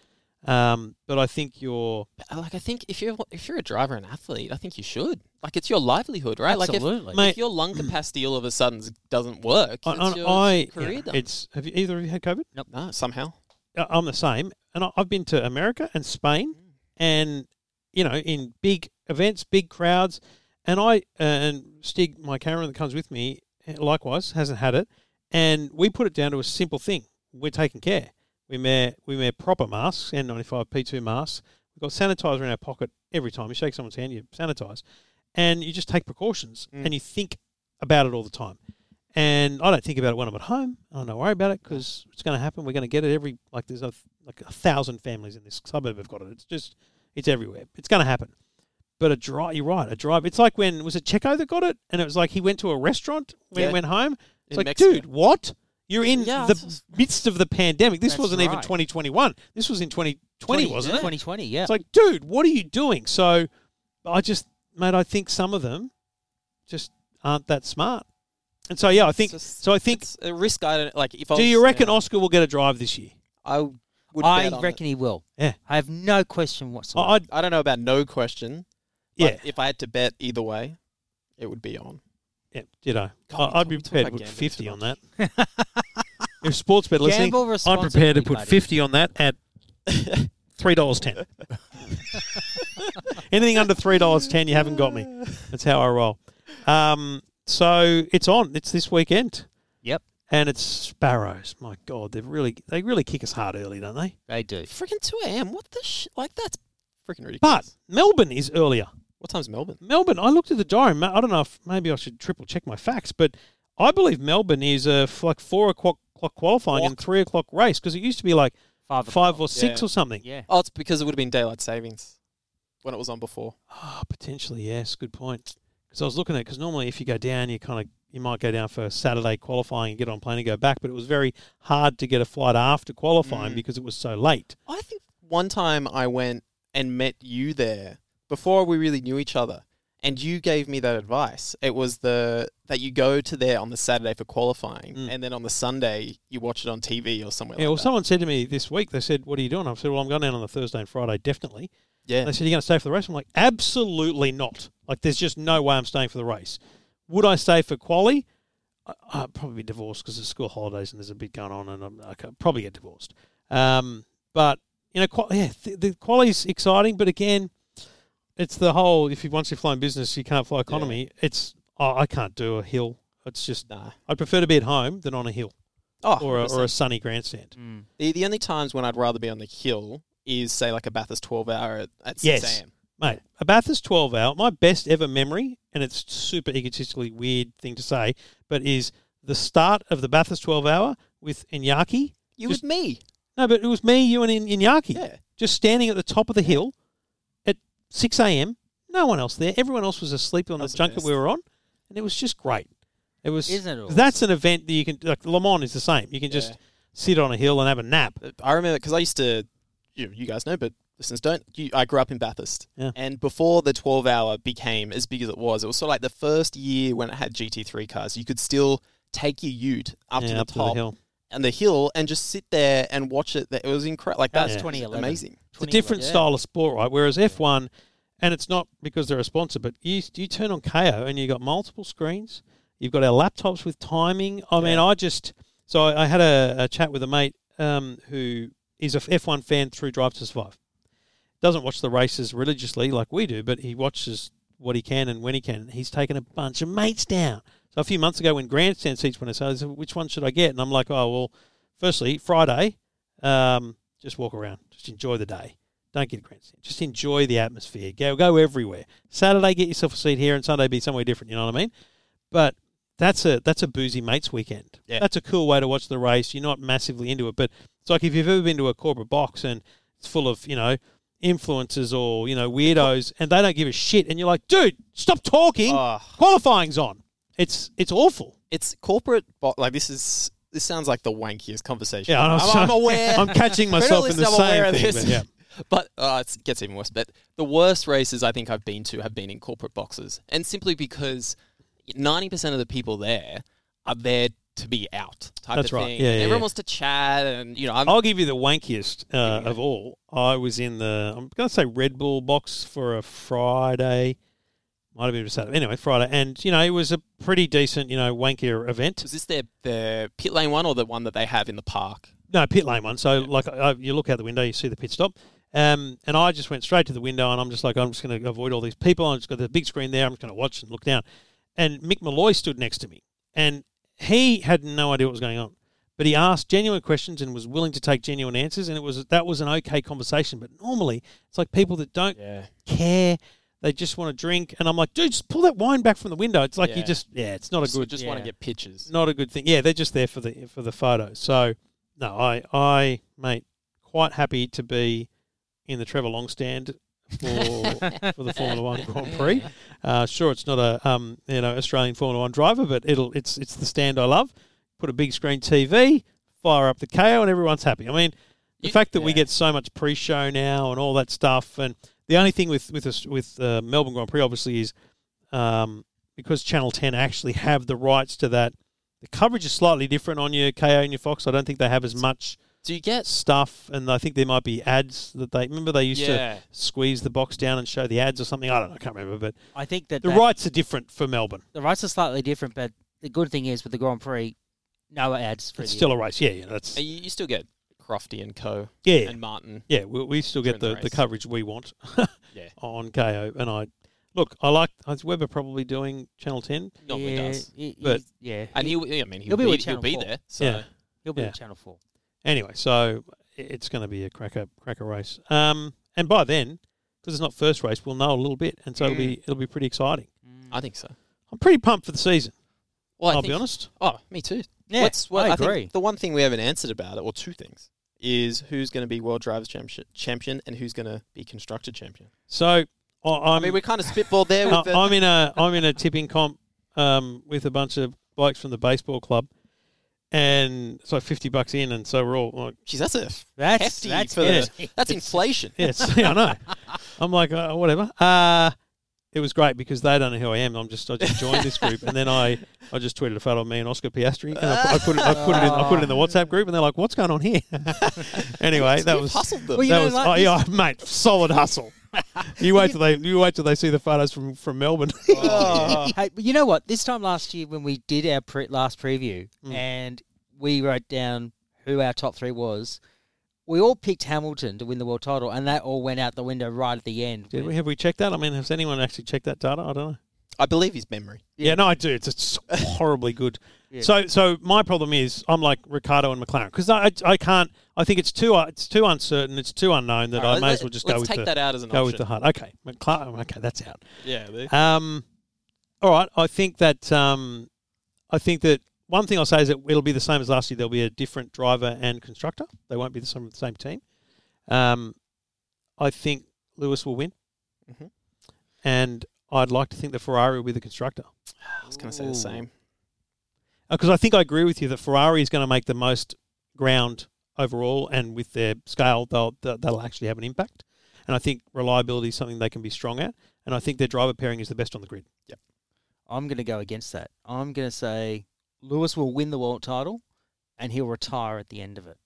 [SPEAKER 2] Um, but I think you're
[SPEAKER 3] But, uh, Like I think if you're if you're a driver and athlete, I think you should. Like it's your livelihood, right? Like
[SPEAKER 4] Absolutely.
[SPEAKER 3] if,
[SPEAKER 2] Mate-
[SPEAKER 3] if your lung capacity all of a sudden doesn't work,
[SPEAKER 2] I,
[SPEAKER 3] it's your
[SPEAKER 2] I, I-
[SPEAKER 3] career
[SPEAKER 2] yeah,
[SPEAKER 3] done.
[SPEAKER 2] it's have you either of you had COVID?
[SPEAKER 3] no, somehow.
[SPEAKER 2] I- I'm the same, and I- I've been to America and
[SPEAKER 3] Mm.
[SPEAKER 2] Spain, and you know, in big events, big crowds, and I uh, and Stig, my cameraman that comes with me, eh, likewise hasn't had it, and we put it down to a simple thing: we're taking care. We wear we wear proper masks, N95 P2 masks. We've got sanitizer in our pocket every time you shake someone's hand. You sanitize, and you just take precautions,
[SPEAKER 3] Mm.
[SPEAKER 2] and you think about it all the time. And I don't think about it when I'm at home. I don't worry about it because it's going to happen. We're going to get it every like there's a, like a thousand families in this suburb have got it. It's just it's everywhere. It's going to happen. But a drive, you're right. A drive. It's like when was it Checo that got it, and it was like he went to a restaurant when
[SPEAKER 3] Yeah.
[SPEAKER 2] he went home. It's
[SPEAKER 3] In
[SPEAKER 2] like,
[SPEAKER 3] Mexico.
[SPEAKER 2] dude, what? You're in
[SPEAKER 3] Yeah,
[SPEAKER 2] the
[SPEAKER 3] that's-
[SPEAKER 2] midst of the pandemic. This
[SPEAKER 4] That's
[SPEAKER 2] wasn't even
[SPEAKER 4] right.
[SPEAKER 2] 2021. This was in 2020, wasn't it?
[SPEAKER 4] 2020, yeah.
[SPEAKER 2] It's like, dude, what are you doing? So I just, mate, I think some of them just aren't that smart. And so, yeah, I think,
[SPEAKER 3] It's just-
[SPEAKER 2] so I think,
[SPEAKER 3] it's a risk. I don't like. If I
[SPEAKER 2] do
[SPEAKER 3] was-
[SPEAKER 2] you reckon
[SPEAKER 3] yeah,
[SPEAKER 2] Oscar will get a drive this year?
[SPEAKER 3] I would? bet
[SPEAKER 4] I
[SPEAKER 3] on
[SPEAKER 4] reckon he will.
[SPEAKER 2] Yeah.
[SPEAKER 4] I have no question
[SPEAKER 2] I,
[SPEAKER 4] whatsoever.
[SPEAKER 2] I'd,
[SPEAKER 3] it. I don't know about no question. but
[SPEAKER 2] yeah,
[SPEAKER 3] If I had to bet either way, it would be on.
[SPEAKER 2] yeah, ditto.
[SPEAKER 3] God,
[SPEAKER 2] I,
[SPEAKER 3] we
[SPEAKER 2] I'd be
[SPEAKER 3] talk
[SPEAKER 2] prepared to
[SPEAKER 3] about
[SPEAKER 2] put
[SPEAKER 3] gambling
[SPEAKER 2] 50
[SPEAKER 3] too
[SPEAKER 2] on that. if sports bet listening,
[SPEAKER 4] Gamble
[SPEAKER 2] I'm prepared to put
[SPEAKER 4] responsibly, buddy.
[SPEAKER 2] 50 on that at $3.10. Anything under $3.10, you haven't got me. That's how I roll. Um, so it's on. It's this weekend.
[SPEAKER 4] Yep.
[SPEAKER 2] And it's Sparrows. My God, they really they really kick us hard early, don't they?
[SPEAKER 4] They do.
[SPEAKER 3] Freaking two a.m. What the sh? Like that's freaking ridiculous.
[SPEAKER 2] But Melbourne is earlier.
[SPEAKER 3] what time's Melbourne?
[SPEAKER 2] Melbourne. I looked at the diary. Ma- I don't know if maybe I should triple check my facts, but I believe Melbourne is a f- like four o'clock clock qualifying and three o'clock race because it used to be like
[SPEAKER 4] Five,
[SPEAKER 2] five
[SPEAKER 4] o'clock.
[SPEAKER 2] or six
[SPEAKER 3] Yeah.
[SPEAKER 2] or something.
[SPEAKER 4] Yeah.
[SPEAKER 3] Oh, it's because it would have been daylight savings when it was on before.
[SPEAKER 2] Ah, potentially, yes. Good point. Because I was looking at because normally if you go down, you kind of you might go down for Saturday qualifying and get on plane and go back, but it was very hard to get a flight after qualifying
[SPEAKER 3] Mm.
[SPEAKER 2] because it was so late.
[SPEAKER 3] I think one time I went and met you there before we really knew each other, and you gave me that advice. It was the that you go to there on the Saturday for qualifying,
[SPEAKER 2] Mm.
[SPEAKER 3] and then on the Sunday you watch it on TV or somewhere.
[SPEAKER 2] Yeah.
[SPEAKER 3] like
[SPEAKER 2] Well,
[SPEAKER 3] that.
[SPEAKER 2] someone said to me this week, they said, "What are you doing?" I said, "Well, I'm going down on the Thursday and Friday, definitely."
[SPEAKER 3] yeah,
[SPEAKER 2] They said, You're going to stay for the race? I'm like, Absolutely not. Like, there's just no way I'm staying for the race. Would I stay for quali? I- I'd probably be divorced because it's school holidays and there's a bit going on, and I'm, I could probably get divorced. Um, but, you know, qual- yeah, th- the quali's exciting, but again, it's the whole if you once you fly in business, you can't fly economy. It's, oh, I can't do a hill. It's just,
[SPEAKER 3] nah.
[SPEAKER 2] I'd prefer to be at home than on a hill
[SPEAKER 3] Oh,
[SPEAKER 2] or a, or
[SPEAKER 3] 100%.
[SPEAKER 2] a sunny grandstand.
[SPEAKER 4] Mm.
[SPEAKER 3] The, the only times when I'd rather be on the hill is say like a Bathurst twelve hour at, at six
[SPEAKER 2] Yes.
[SPEAKER 3] a.m.
[SPEAKER 2] Mate, a Bathurst 12 hour, my best ever memory, and it's super egotistically weird thing to say, but is the start of the Bathurst 12 hour with Inyaki.
[SPEAKER 3] You
[SPEAKER 2] Just-
[SPEAKER 3] with me?
[SPEAKER 2] No, but it was me, you, and In- Inyaki
[SPEAKER 3] Yeah.
[SPEAKER 2] just standing at the top of the hill at 6 a.m. No one else there. Everyone else was asleep on
[SPEAKER 3] That
[SPEAKER 2] the
[SPEAKER 3] was the
[SPEAKER 2] junk that
[SPEAKER 3] best.
[SPEAKER 2] we were on, and it was just great. It was.
[SPEAKER 4] Isn't it awesome?
[SPEAKER 2] That's an event that you can like. Le Mans is the same. You can just
[SPEAKER 3] Yeah.
[SPEAKER 2] sit on a hill and have a nap.
[SPEAKER 3] Uh, I remember because I used to, you, you guys know, but listeners don't. You, I grew up in Bathurst,
[SPEAKER 2] Yeah.
[SPEAKER 3] and before the twelve hour became as big as it was, it was sort of like the first year when it had GT three cars. You could still take your Ute up
[SPEAKER 2] Yeah,
[SPEAKER 3] to the
[SPEAKER 2] up
[SPEAKER 3] top
[SPEAKER 2] to the hill.
[SPEAKER 3] and the hill and just sit there and watch it. It was incredible. Like
[SPEAKER 4] That
[SPEAKER 3] that's
[SPEAKER 4] was
[SPEAKER 2] Yeah.
[SPEAKER 4] 2011.
[SPEAKER 3] amazing.
[SPEAKER 2] It's a different
[SPEAKER 4] 2011.
[SPEAKER 2] style of sport, right? Whereas F1, and it's not because they're a sponsor, but you you turn on KO and you've got multiple screens. You've got our laptops with timing. I mean, I just so I, I had a, a chat with a mate um, who is a F1 fan through Drive to Survive. doesn't watch the races religiously like we do, but he watches what he can and when he can. He's taken a bunch of mates down. So a few months ago, when grandstand seats went aside, he said, "Which one should I get?" And I'm like, "Oh well, firstly, Friday, um, just walk around, just enjoy the day. Don't get a grandstand. Just enjoy the atmosphere. Go go everywhere. Saturday, get yourself a seat here, and Sunday be somewhere different. You know what I mean? But that's a that's a boozy mates weekend.
[SPEAKER 3] Yeah.
[SPEAKER 2] That's a cool way to watch the race. You're not massively into it, but it's like if you've ever been to a corporate box and it's full of you know influencers or you know weirdos, and they don't give a shit, and you're like, dude, stop talking.
[SPEAKER 3] Oh.
[SPEAKER 2] Qualifying's on. It's it's awful.
[SPEAKER 3] It's corporate, bo- like this is. This sounds like the wankiest conversation.
[SPEAKER 2] Yeah, I know,
[SPEAKER 3] I'm,
[SPEAKER 2] so-
[SPEAKER 3] I'm aware.
[SPEAKER 2] I'm catching
[SPEAKER 3] Credit
[SPEAKER 2] myself in
[SPEAKER 3] list,
[SPEAKER 2] the
[SPEAKER 3] I'm aware
[SPEAKER 2] same
[SPEAKER 3] of
[SPEAKER 2] thing.
[SPEAKER 3] this.
[SPEAKER 2] But yeah.
[SPEAKER 3] But uh, it's- it gets even worse. But the worst races I think I've been to have been in corporate boxes, and simply because ninety percent of the people there are there to be out type
[SPEAKER 2] That's
[SPEAKER 3] of
[SPEAKER 2] right.
[SPEAKER 3] thing.
[SPEAKER 2] Yeah,
[SPEAKER 3] and
[SPEAKER 2] yeah,
[SPEAKER 3] everyone
[SPEAKER 2] yeah. Oh.
[SPEAKER 3] wants to chat, and you know, I'm,
[SPEAKER 2] I'll give you the wankiest uh, of all. I was in the I'm going to say Red Bull box for a Friday, might have been a Saturday. Anyway, Friday, and you know it was a pretty decent, you know, wankier event.
[SPEAKER 3] was this their their pit lane one or the one that they have in the park?
[SPEAKER 2] No pit lane one. So like uh, you look out the window, you see the pit stop. Um, and I just went straight to the window, and I'm just like, I'm just going to avoid all these people. I've just got the big screen there. I'm just going to watch and look down. And Mick Malloy stood next to me, and he had no idea what was going on, but he asked genuine questions and was willing to take genuine answers, and it was that was an okay conversation. But normally, it's like people that don't
[SPEAKER 3] Yeah,
[SPEAKER 2] care, they just want to drink, and I'm like, dude, just pull that wine back from the window. It's like you
[SPEAKER 3] Yeah.
[SPEAKER 2] just, yeah, it's not a
[SPEAKER 3] just,
[SPEAKER 2] good,
[SPEAKER 3] just want
[SPEAKER 4] yeah.
[SPEAKER 3] to get pictures.
[SPEAKER 2] not a good thing. Yeah, they're just there for the for the photo. So no, I I mate quite happy to be in the Trevor Long stand for for the Formula One Grand Prix. Uh, sure, it's not a um you know Australian Formula One driver, but it'll it's it's the stand I love. Put a big screen TV, fire up the KO, and everyone's happy. I mean, the
[SPEAKER 3] You-
[SPEAKER 2] fact that we
[SPEAKER 3] yeah.
[SPEAKER 2] get so much pre-show now and all that stuff, and the only thing with with us with uh, Melbourne Grand Prix obviously is um, because Channel 10 actually have the rights to that. The coverage is slightly different on your KO and your Fox. I don't think they have as much
[SPEAKER 3] Do you get?
[SPEAKER 2] stuff, and I think there might be ads that they remember they used to
[SPEAKER 3] Yeah,
[SPEAKER 2] squeeze the box down and show the ads or something. I don't know, I can't remember, but
[SPEAKER 4] I think that
[SPEAKER 2] the
[SPEAKER 4] that-
[SPEAKER 2] rights are different for Melbourne.
[SPEAKER 4] the rights are slightly different, but the good thing is with the Grand Prix, no ads for
[SPEAKER 2] It's
[SPEAKER 4] the-
[SPEAKER 2] still a race, yeah, yeah, that's
[SPEAKER 3] And you, you still get Crofty and Co.
[SPEAKER 2] yeah,
[SPEAKER 3] and Martin.
[SPEAKER 2] yeah. We, we still get
[SPEAKER 3] During
[SPEAKER 2] the,
[SPEAKER 3] the
[SPEAKER 2] the
[SPEAKER 3] race.
[SPEAKER 2] coverage we want
[SPEAKER 3] Yeah,
[SPEAKER 2] on KO, and I look, I like is Weber probably doing Channel 10.
[SPEAKER 3] normally
[SPEAKER 4] yeah,
[SPEAKER 3] does.
[SPEAKER 4] he-
[SPEAKER 2] But-
[SPEAKER 4] he's- yeah,
[SPEAKER 3] And
[SPEAKER 4] he,
[SPEAKER 3] he, I mean, he'll,
[SPEAKER 4] He'll be
[SPEAKER 3] be,
[SPEAKER 4] with
[SPEAKER 3] he'll
[SPEAKER 4] Channel
[SPEAKER 3] be
[SPEAKER 4] four.
[SPEAKER 3] there. So
[SPEAKER 2] Yeah.
[SPEAKER 4] will be
[SPEAKER 2] yeah.
[SPEAKER 4] on Channel Four.
[SPEAKER 2] Anyway, so it's going to be a cracker cracker race. Um, and by then, because it's not first race, we'll know a little bit, and so it'll
[SPEAKER 3] Mm.
[SPEAKER 2] be it'll be pretty exciting.
[SPEAKER 3] I think so.
[SPEAKER 2] I'm pretty pumped for the season.
[SPEAKER 3] Well, I
[SPEAKER 2] I'll
[SPEAKER 3] think,
[SPEAKER 2] be honest.
[SPEAKER 3] Oh, me too.
[SPEAKER 4] Yeah,
[SPEAKER 3] What's- what-
[SPEAKER 4] I
[SPEAKER 3] think
[SPEAKER 4] agree.
[SPEAKER 3] the one thing we haven't answered about it, or two things, is who's going to be World Drivers Championship champion and who's going to be Constructor champion.
[SPEAKER 2] So I,
[SPEAKER 3] I
[SPEAKER 2] I'm
[SPEAKER 3] mean, we kind of spitball there.
[SPEAKER 2] I,
[SPEAKER 3] With the,
[SPEAKER 2] Uh, I'm in a I'm in a tipping comp um, with a bunch of blokes from the baseball club, and it's like fifty bucks in, and so we're all like,
[SPEAKER 3] geez, that's a
[SPEAKER 4] That's
[SPEAKER 3] hefty
[SPEAKER 4] that's
[SPEAKER 3] for the,
[SPEAKER 4] good.
[SPEAKER 3] that's inflation.
[SPEAKER 2] yes, yeah, I know. I'm like uh, whatever. Uh, it was great because they don't know who I am. I'm just I just joined this group, and then I, I just tweeted a photo of me and Oscar Piastri, and I, I put it I put it in I put it in the WhatsApp group, and they're like, "What's going on here?" anyway, that
[SPEAKER 3] You've
[SPEAKER 2] was
[SPEAKER 3] hustled them.
[SPEAKER 4] Well, you
[SPEAKER 2] that
[SPEAKER 4] know,
[SPEAKER 2] was
[SPEAKER 4] like
[SPEAKER 2] oh,
[SPEAKER 4] this-
[SPEAKER 2] yeah, mate, solid hustle. You wait till they you wait till they see the photos from from Melbourne.
[SPEAKER 4] hey, but you know what? This time last year when we did our pre- last preview
[SPEAKER 3] Mm.
[SPEAKER 4] and we wrote down who our top three was, we all picked Hamilton to win the world title, and that all went out the window right at the end.
[SPEAKER 2] Did we have we checked that? I mean, has anyone actually checked that data? I don't know.
[SPEAKER 3] I believe his memory.
[SPEAKER 2] Yeah, no, I do. It's, it's horribly good. So, so my problem is I'm like Ricardo and McLaren because I, I I can't. I think it's too it's too uncertain. It's too unknown that I
[SPEAKER 3] Alright,
[SPEAKER 2] may
[SPEAKER 3] let-
[SPEAKER 2] as well just
[SPEAKER 3] let's
[SPEAKER 2] go with
[SPEAKER 3] take
[SPEAKER 2] the
[SPEAKER 3] that out as an
[SPEAKER 2] go
[SPEAKER 3] option.
[SPEAKER 2] with the heart. Okay, McLaren. oh, Okay, that's out.
[SPEAKER 3] Yeah, the-
[SPEAKER 2] Um, all right. I think that um, I think that one thing I'll say is that it'll be the same as last year. There'll be a different driver and constructor. They won't be the same the same team. Um, I think Lewis will win,
[SPEAKER 3] Mhm.
[SPEAKER 2] and I'd like to think that Ferrari will be the constructor
[SPEAKER 3] I was going to say the
[SPEAKER 4] Ooh.
[SPEAKER 3] same.
[SPEAKER 2] because Uh, I think I agree with you that Ferrari is going to make the most ground overall, and with their scale, they'll they'll they'll actually have an impact. And I think reliability is something they can be strong at, and I think their driver pairing is the best on the grid.
[SPEAKER 4] I'm going to go against that. I'm going to say Lewis will win the world title, and he'll retire at the end of it.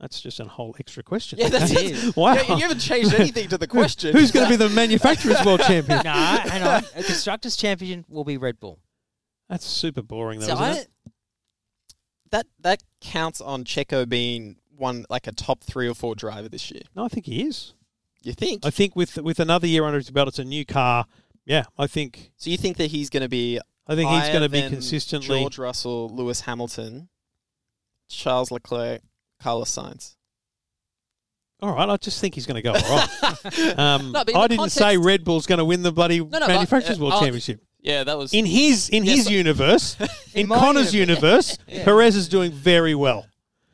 [SPEAKER 2] That's just a whole extra question.
[SPEAKER 3] Yeah, that's
[SPEAKER 4] It is.
[SPEAKER 2] Wow.
[SPEAKER 3] Yeah, you haven't changed anything to the question.
[SPEAKER 2] Who's going to be the manufacturer's world champion?
[SPEAKER 4] no, hang on. A constructors champion will be Red Bull.
[SPEAKER 2] That's super boring, though,
[SPEAKER 3] So
[SPEAKER 2] isn't
[SPEAKER 3] I,
[SPEAKER 2] it?
[SPEAKER 3] that that counts on Checo being one like a top three or four driver this year.
[SPEAKER 2] No, I think he is.
[SPEAKER 3] You think?
[SPEAKER 2] I think with with another year under his belt, it's a new car. Yeah, I think
[SPEAKER 3] So you think that he's going to be?
[SPEAKER 2] I think he's
[SPEAKER 3] higher
[SPEAKER 2] going to be
[SPEAKER 3] than
[SPEAKER 2] consistently.
[SPEAKER 3] George Russell, Lewis Hamilton, Charles Leclerc, Carlos Sainz.
[SPEAKER 2] All right, I just think he's going to go all right. um,
[SPEAKER 4] No, but in
[SPEAKER 2] I
[SPEAKER 4] the
[SPEAKER 2] didn't
[SPEAKER 4] context-
[SPEAKER 2] say Red Bull's going to win the bloody
[SPEAKER 4] no, but,
[SPEAKER 2] Manufacturers
[SPEAKER 4] uh,
[SPEAKER 2] World
[SPEAKER 4] I'll-
[SPEAKER 2] Championship.
[SPEAKER 3] Yeah, that was
[SPEAKER 2] In his in his
[SPEAKER 3] so-
[SPEAKER 2] universe, in,
[SPEAKER 4] my
[SPEAKER 2] Connor's universe, Perez is doing very well.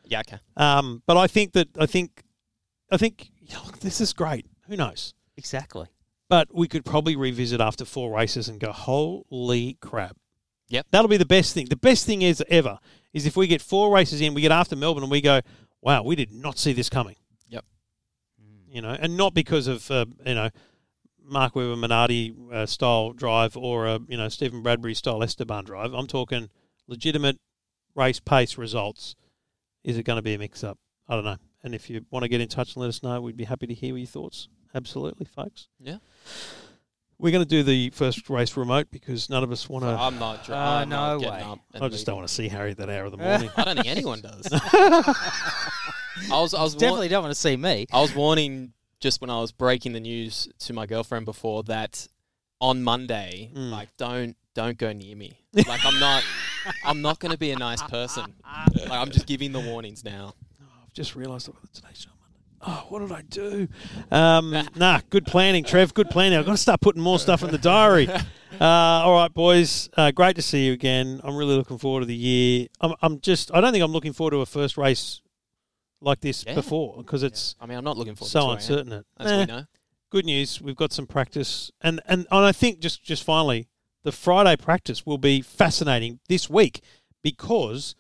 [SPEAKER 3] yeah. Okay.
[SPEAKER 2] Um, but I think that I think I think look, this is great. Who knows?
[SPEAKER 4] Exactly.
[SPEAKER 2] But we could probably revisit after four races and go, holy crap.
[SPEAKER 3] Yep.
[SPEAKER 2] That'll be the best thing. The best thing is ever is if we get four races in, we get after Melbourne and we go, wow, we did not see this coming.
[SPEAKER 3] Yep.
[SPEAKER 2] You know, and not because of, uh, you know, Mark Webber Minardi uh, style drive or, uh, you know, Stephen Bradbury style Esteban drive. I'm talking legitimate race pace results. Is it going to be a mix up? I don't know. And if you want to get in touch and let us know, we'd be happy to hear your thoughts. Absolutely, folks.
[SPEAKER 3] Yeah.
[SPEAKER 2] We're going to do the first race remote because none of us want to.
[SPEAKER 3] I'm not.
[SPEAKER 4] Uh,
[SPEAKER 3] Dr- I'm
[SPEAKER 4] no
[SPEAKER 3] not getting
[SPEAKER 4] way.
[SPEAKER 3] up and
[SPEAKER 2] I just don't
[SPEAKER 3] leaving.
[SPEAKER 2] want to see Harry at that hour of the morning.
[SPEAKER 3] I don't think anyone does. I was. I was warn-
[SPEAKER 4] Definitely don't want to see me.
[SPEAKER 3] I was warning just when I was breaking the news to my girlfriend before that on Monday,
[SPEAKER 2] Mm.
[SPEAKER 3] like don't don't go near me. Like I'm not I'm not gonna be a nice person. Like I'm just giving the warnings now.
[SPEAKER 2] I've just realised I've got the Today Show on Monday. Oh, what did I do? Um, nah, good planning, Trev. Good planning. I've got to start putting more stuff in the diary. Uh, all right, boys. Uh, great to see you again. I'm really looking forward to the year. I'm, I'm just. I don't think I'm looking forward to a first race like this
[SPEAKER 3] Yeah.
[SPEAKER 2] before because it's
[SPEAKER 3] I mean I'm not looking forward
[SPEAKER 2] so Eh.
[SPEAKER 3] to it,
[SPEAKER 2] uncertain. It.
[SPEAKER 3] As
[SPEAKER 2] Nah.
[SPEAKER 3] we know.
[SPEAKER 2] good news. We've got some practice, and and and I think just just finally, the Friday practice will be fascinating this week because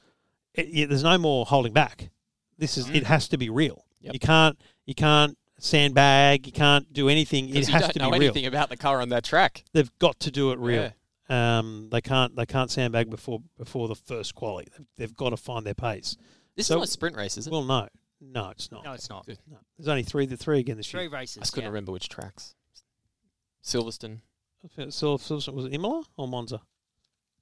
[SPEAKER 2] it, it- there's no more holding back. This is it has to be real.
[SPEAKER 3] Mm. Yep.
[SPEAKER 2] You can't you can't sandbag. You can't do anything.
[SPEAKER 3] 'Cause
[SPEAKER 2] It
[SPEAKER 3] you
[SPEAKER 2] has
[SPEAKER 3] don't
[SPEAKER 2] to
[SPEAKER 3] know
[SPEAKER 2] be real.
[SPEAKER 3] anything about the car on that track.
[SPEAKER 2] They've got to do it real. Um, they can't they can't sandbag before before the first quali. They've, they've got to find their pace.
[SPEAKER 3] This
[SPEAKER 2] So-
[SPEAKER 3] is not a sprint race, is it?
[SPEAKER 2] Well, no, no, it's not.
[SPEAKER 4] No, it's not.
[SPEAKER 3] Good.
[SPEAKER 2] No. There's only three the three again this
[SPEAKER 4] Three
[SPEAKER 2] year.
[SPEAKER 4] races.
[SPEAKER 3] I just couldn't remember which tracks. Silverstone.
[SPEAKER 2] So, so- so- was it Imola or Monza?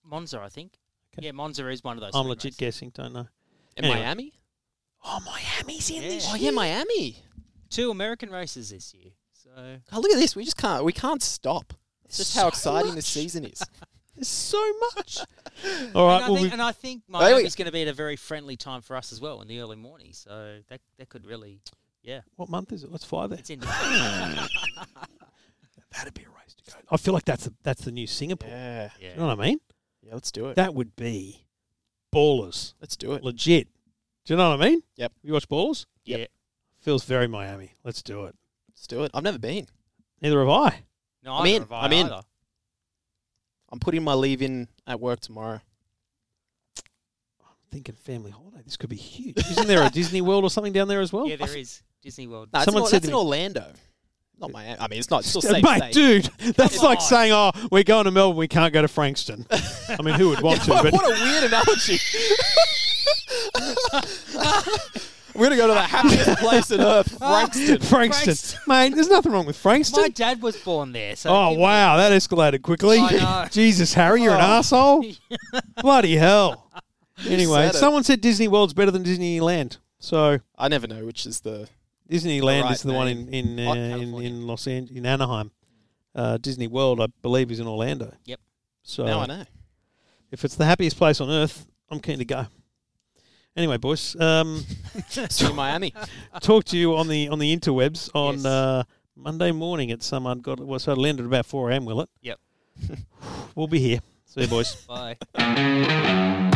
[SPEAKER 4] Monza, I think.
[SPEAKER 2] Okay.
[SPEAKER 4] Yeah, Monza is one of those.
[SPEAKER 2] I'm
[SPEAKER 4] three
[SPEAKER 2] legit
[SPEAKER 4] races.
[SPEAKER 2] guessing. Don't know.
[SPEAKER 3] And
[SPEAKER 2] Anyway.
[SPEAKER 3] Miami?
[SPEAKER 2] Oh, Miami's in
[SPEAKER 4] Yeah.
[SPEAKER 2] this.
[SPEAKER 3] Oh
[SPEAKER 2] year.
[SPEAKER 3] yeah, Miami.
[SPEAKER 4] Two American races this year. So
[SPEAKER 3] Oh look at this. We just can't we can't stop. It's just
[SPEAKER 2] So
[SPEAKER 3] how exciting this
[SPEAKER 2] much.
[SPEAKER 3] season is.
[SPEAKER 2] There's so much. All right.
[SPEAKER 4] and,
[SPEAKER 2] Well,
[SPEAKER 4] I think,
[SPEAKER 2] we,
[SPEAKER 4] and I think
[SPEAKER 3] Wait, wait.
[SPEAKER 4] Miami's going to be at a very friendly time for us as well in the early morning. So that that could really, yeah,
[SPEAKER 2] what month is it? Let's fire there.
[SPEAKER 4] it's in.
[SPEAKER 2] That'd be a race to go. I feel like that's the, that's the new Singapore.
[SPEAKER 3] yeah.
[SPEAKER 2] You know
[SPEAKER 4] yeah.
[SPEAKER 2] what I mean?
[SPEAKER 3] Yeah, let's do it.
[SPEAKER 2] That would be ballers,
[SPEAKER 3] Let's do it.
[SPEAKER 2] legit. Do you know what I mean?
[SPEAKER 3] Yep.
[SPEAKER 2] You watch ballers?
[SPEAKER 4] yeah,
[SPEAKER 2] Feels very Miami. Let's do it.
[SPEAKER 3] Let's do it. I've never been.
[SPEAKER 2] Neither have I.
[SPEAKER 4] No,
[SPEAKER 3] I'm
[SPEAKER 4] either
[SPEAKER 3] in.
[SPEAKER 4] have I
[SPEAKER 3] I'm in.
[SPEAKER 4] either.
[SPEAKER 3] I'm putting my leave in at work tomorrow.
[SPEAKER 2] Thinking family holiday. This could be huge. Isn't there a Disney World or something down there as well?
[SPEAKER 4] yeah, there is Disney World.
[SPEAKER 3] No,
[SPEAKER 2] Someone
[SPEAKER 3] Someone it's
[SPEAKER 2] said
[SPEAKER 3] in,
[SPEAKER 2] to
[SPEAKER 3] that's in
[SPEAKER 2] me-
[SPEAKER 3] Orlando, not Miami. I mean, it's not. It's still
[SPEAKER 2] Uh,
[SPEAKER 3] safe
[SPEAKER 2] Mate,
[SPEAKER 3] state.
[SPEAKER 2] dude, that's
[SPEAKER 4] Come
[SPEAKER 2] like
[SPEAKER 4] on.
[SPEAKER 2] saying, "Oh, we're going to Melbourne. We can't go to Frankston." I mean, who would want to? But
[SPEAKER 3] what a weird analogy. We're gonna go to the happiest place on earth, Frankston.
[SPEAKER 2] Frankston. Mate, there's nothing wrong with
[SPEAKER 4] My
[SPEAKER 2] Frankston.
[SPEAKER 4] dad was born there, so
[SPEAKER 2] Oh,
[SPEAKER 4] give-
[SPEAKER 2] wow. That escalated quickly.
[SPEAKER 4] I know.
[SPEAKER 2] Jesus, Harry, you're an
[SPEAKER 3] Oh.
[SPEAKER 2] asshole. Bloody hell. Anyway,
[SPEAKER 3] said it.
[SPEAKER 2] someone said Disney World's better than Disneyland. So
[SPEAKER 3] I never know which is the.
[SPEAKER 2] Disneyland
[SPEAKER 3] Right
[SPEAKER 2] is the one in in, uh,
[SPEAKER 3] Oh,
[SPEAKER 2] in
[SPEAKER 3] California.
[SPEAKER 2] in Los Angeles, in Anaheim. Uh, Disney World, I believe, is in Orlando.
[SPEAKER 4] Yep.
[SPEAKER 2] So
[SPEAKER 3] now I know.
[SPEAKER 2] if it's the happiest place on earth, I'm keen to go. Anyway, boys, um,
[SPEAKER 3] It's in Miami.
[SPEAKER 2] talk to you on the on the interwebs on
[SPEAKER 4] Yes.
[SPEAKER 2] uh, Monday morning at some ungodly. Well, so it'll end at about four a.m. Will it?
[SPEAKER 4] Yep.
[SPEAKER 2] we'll be here. See you, boys.
[SPEAKER 4] Bye.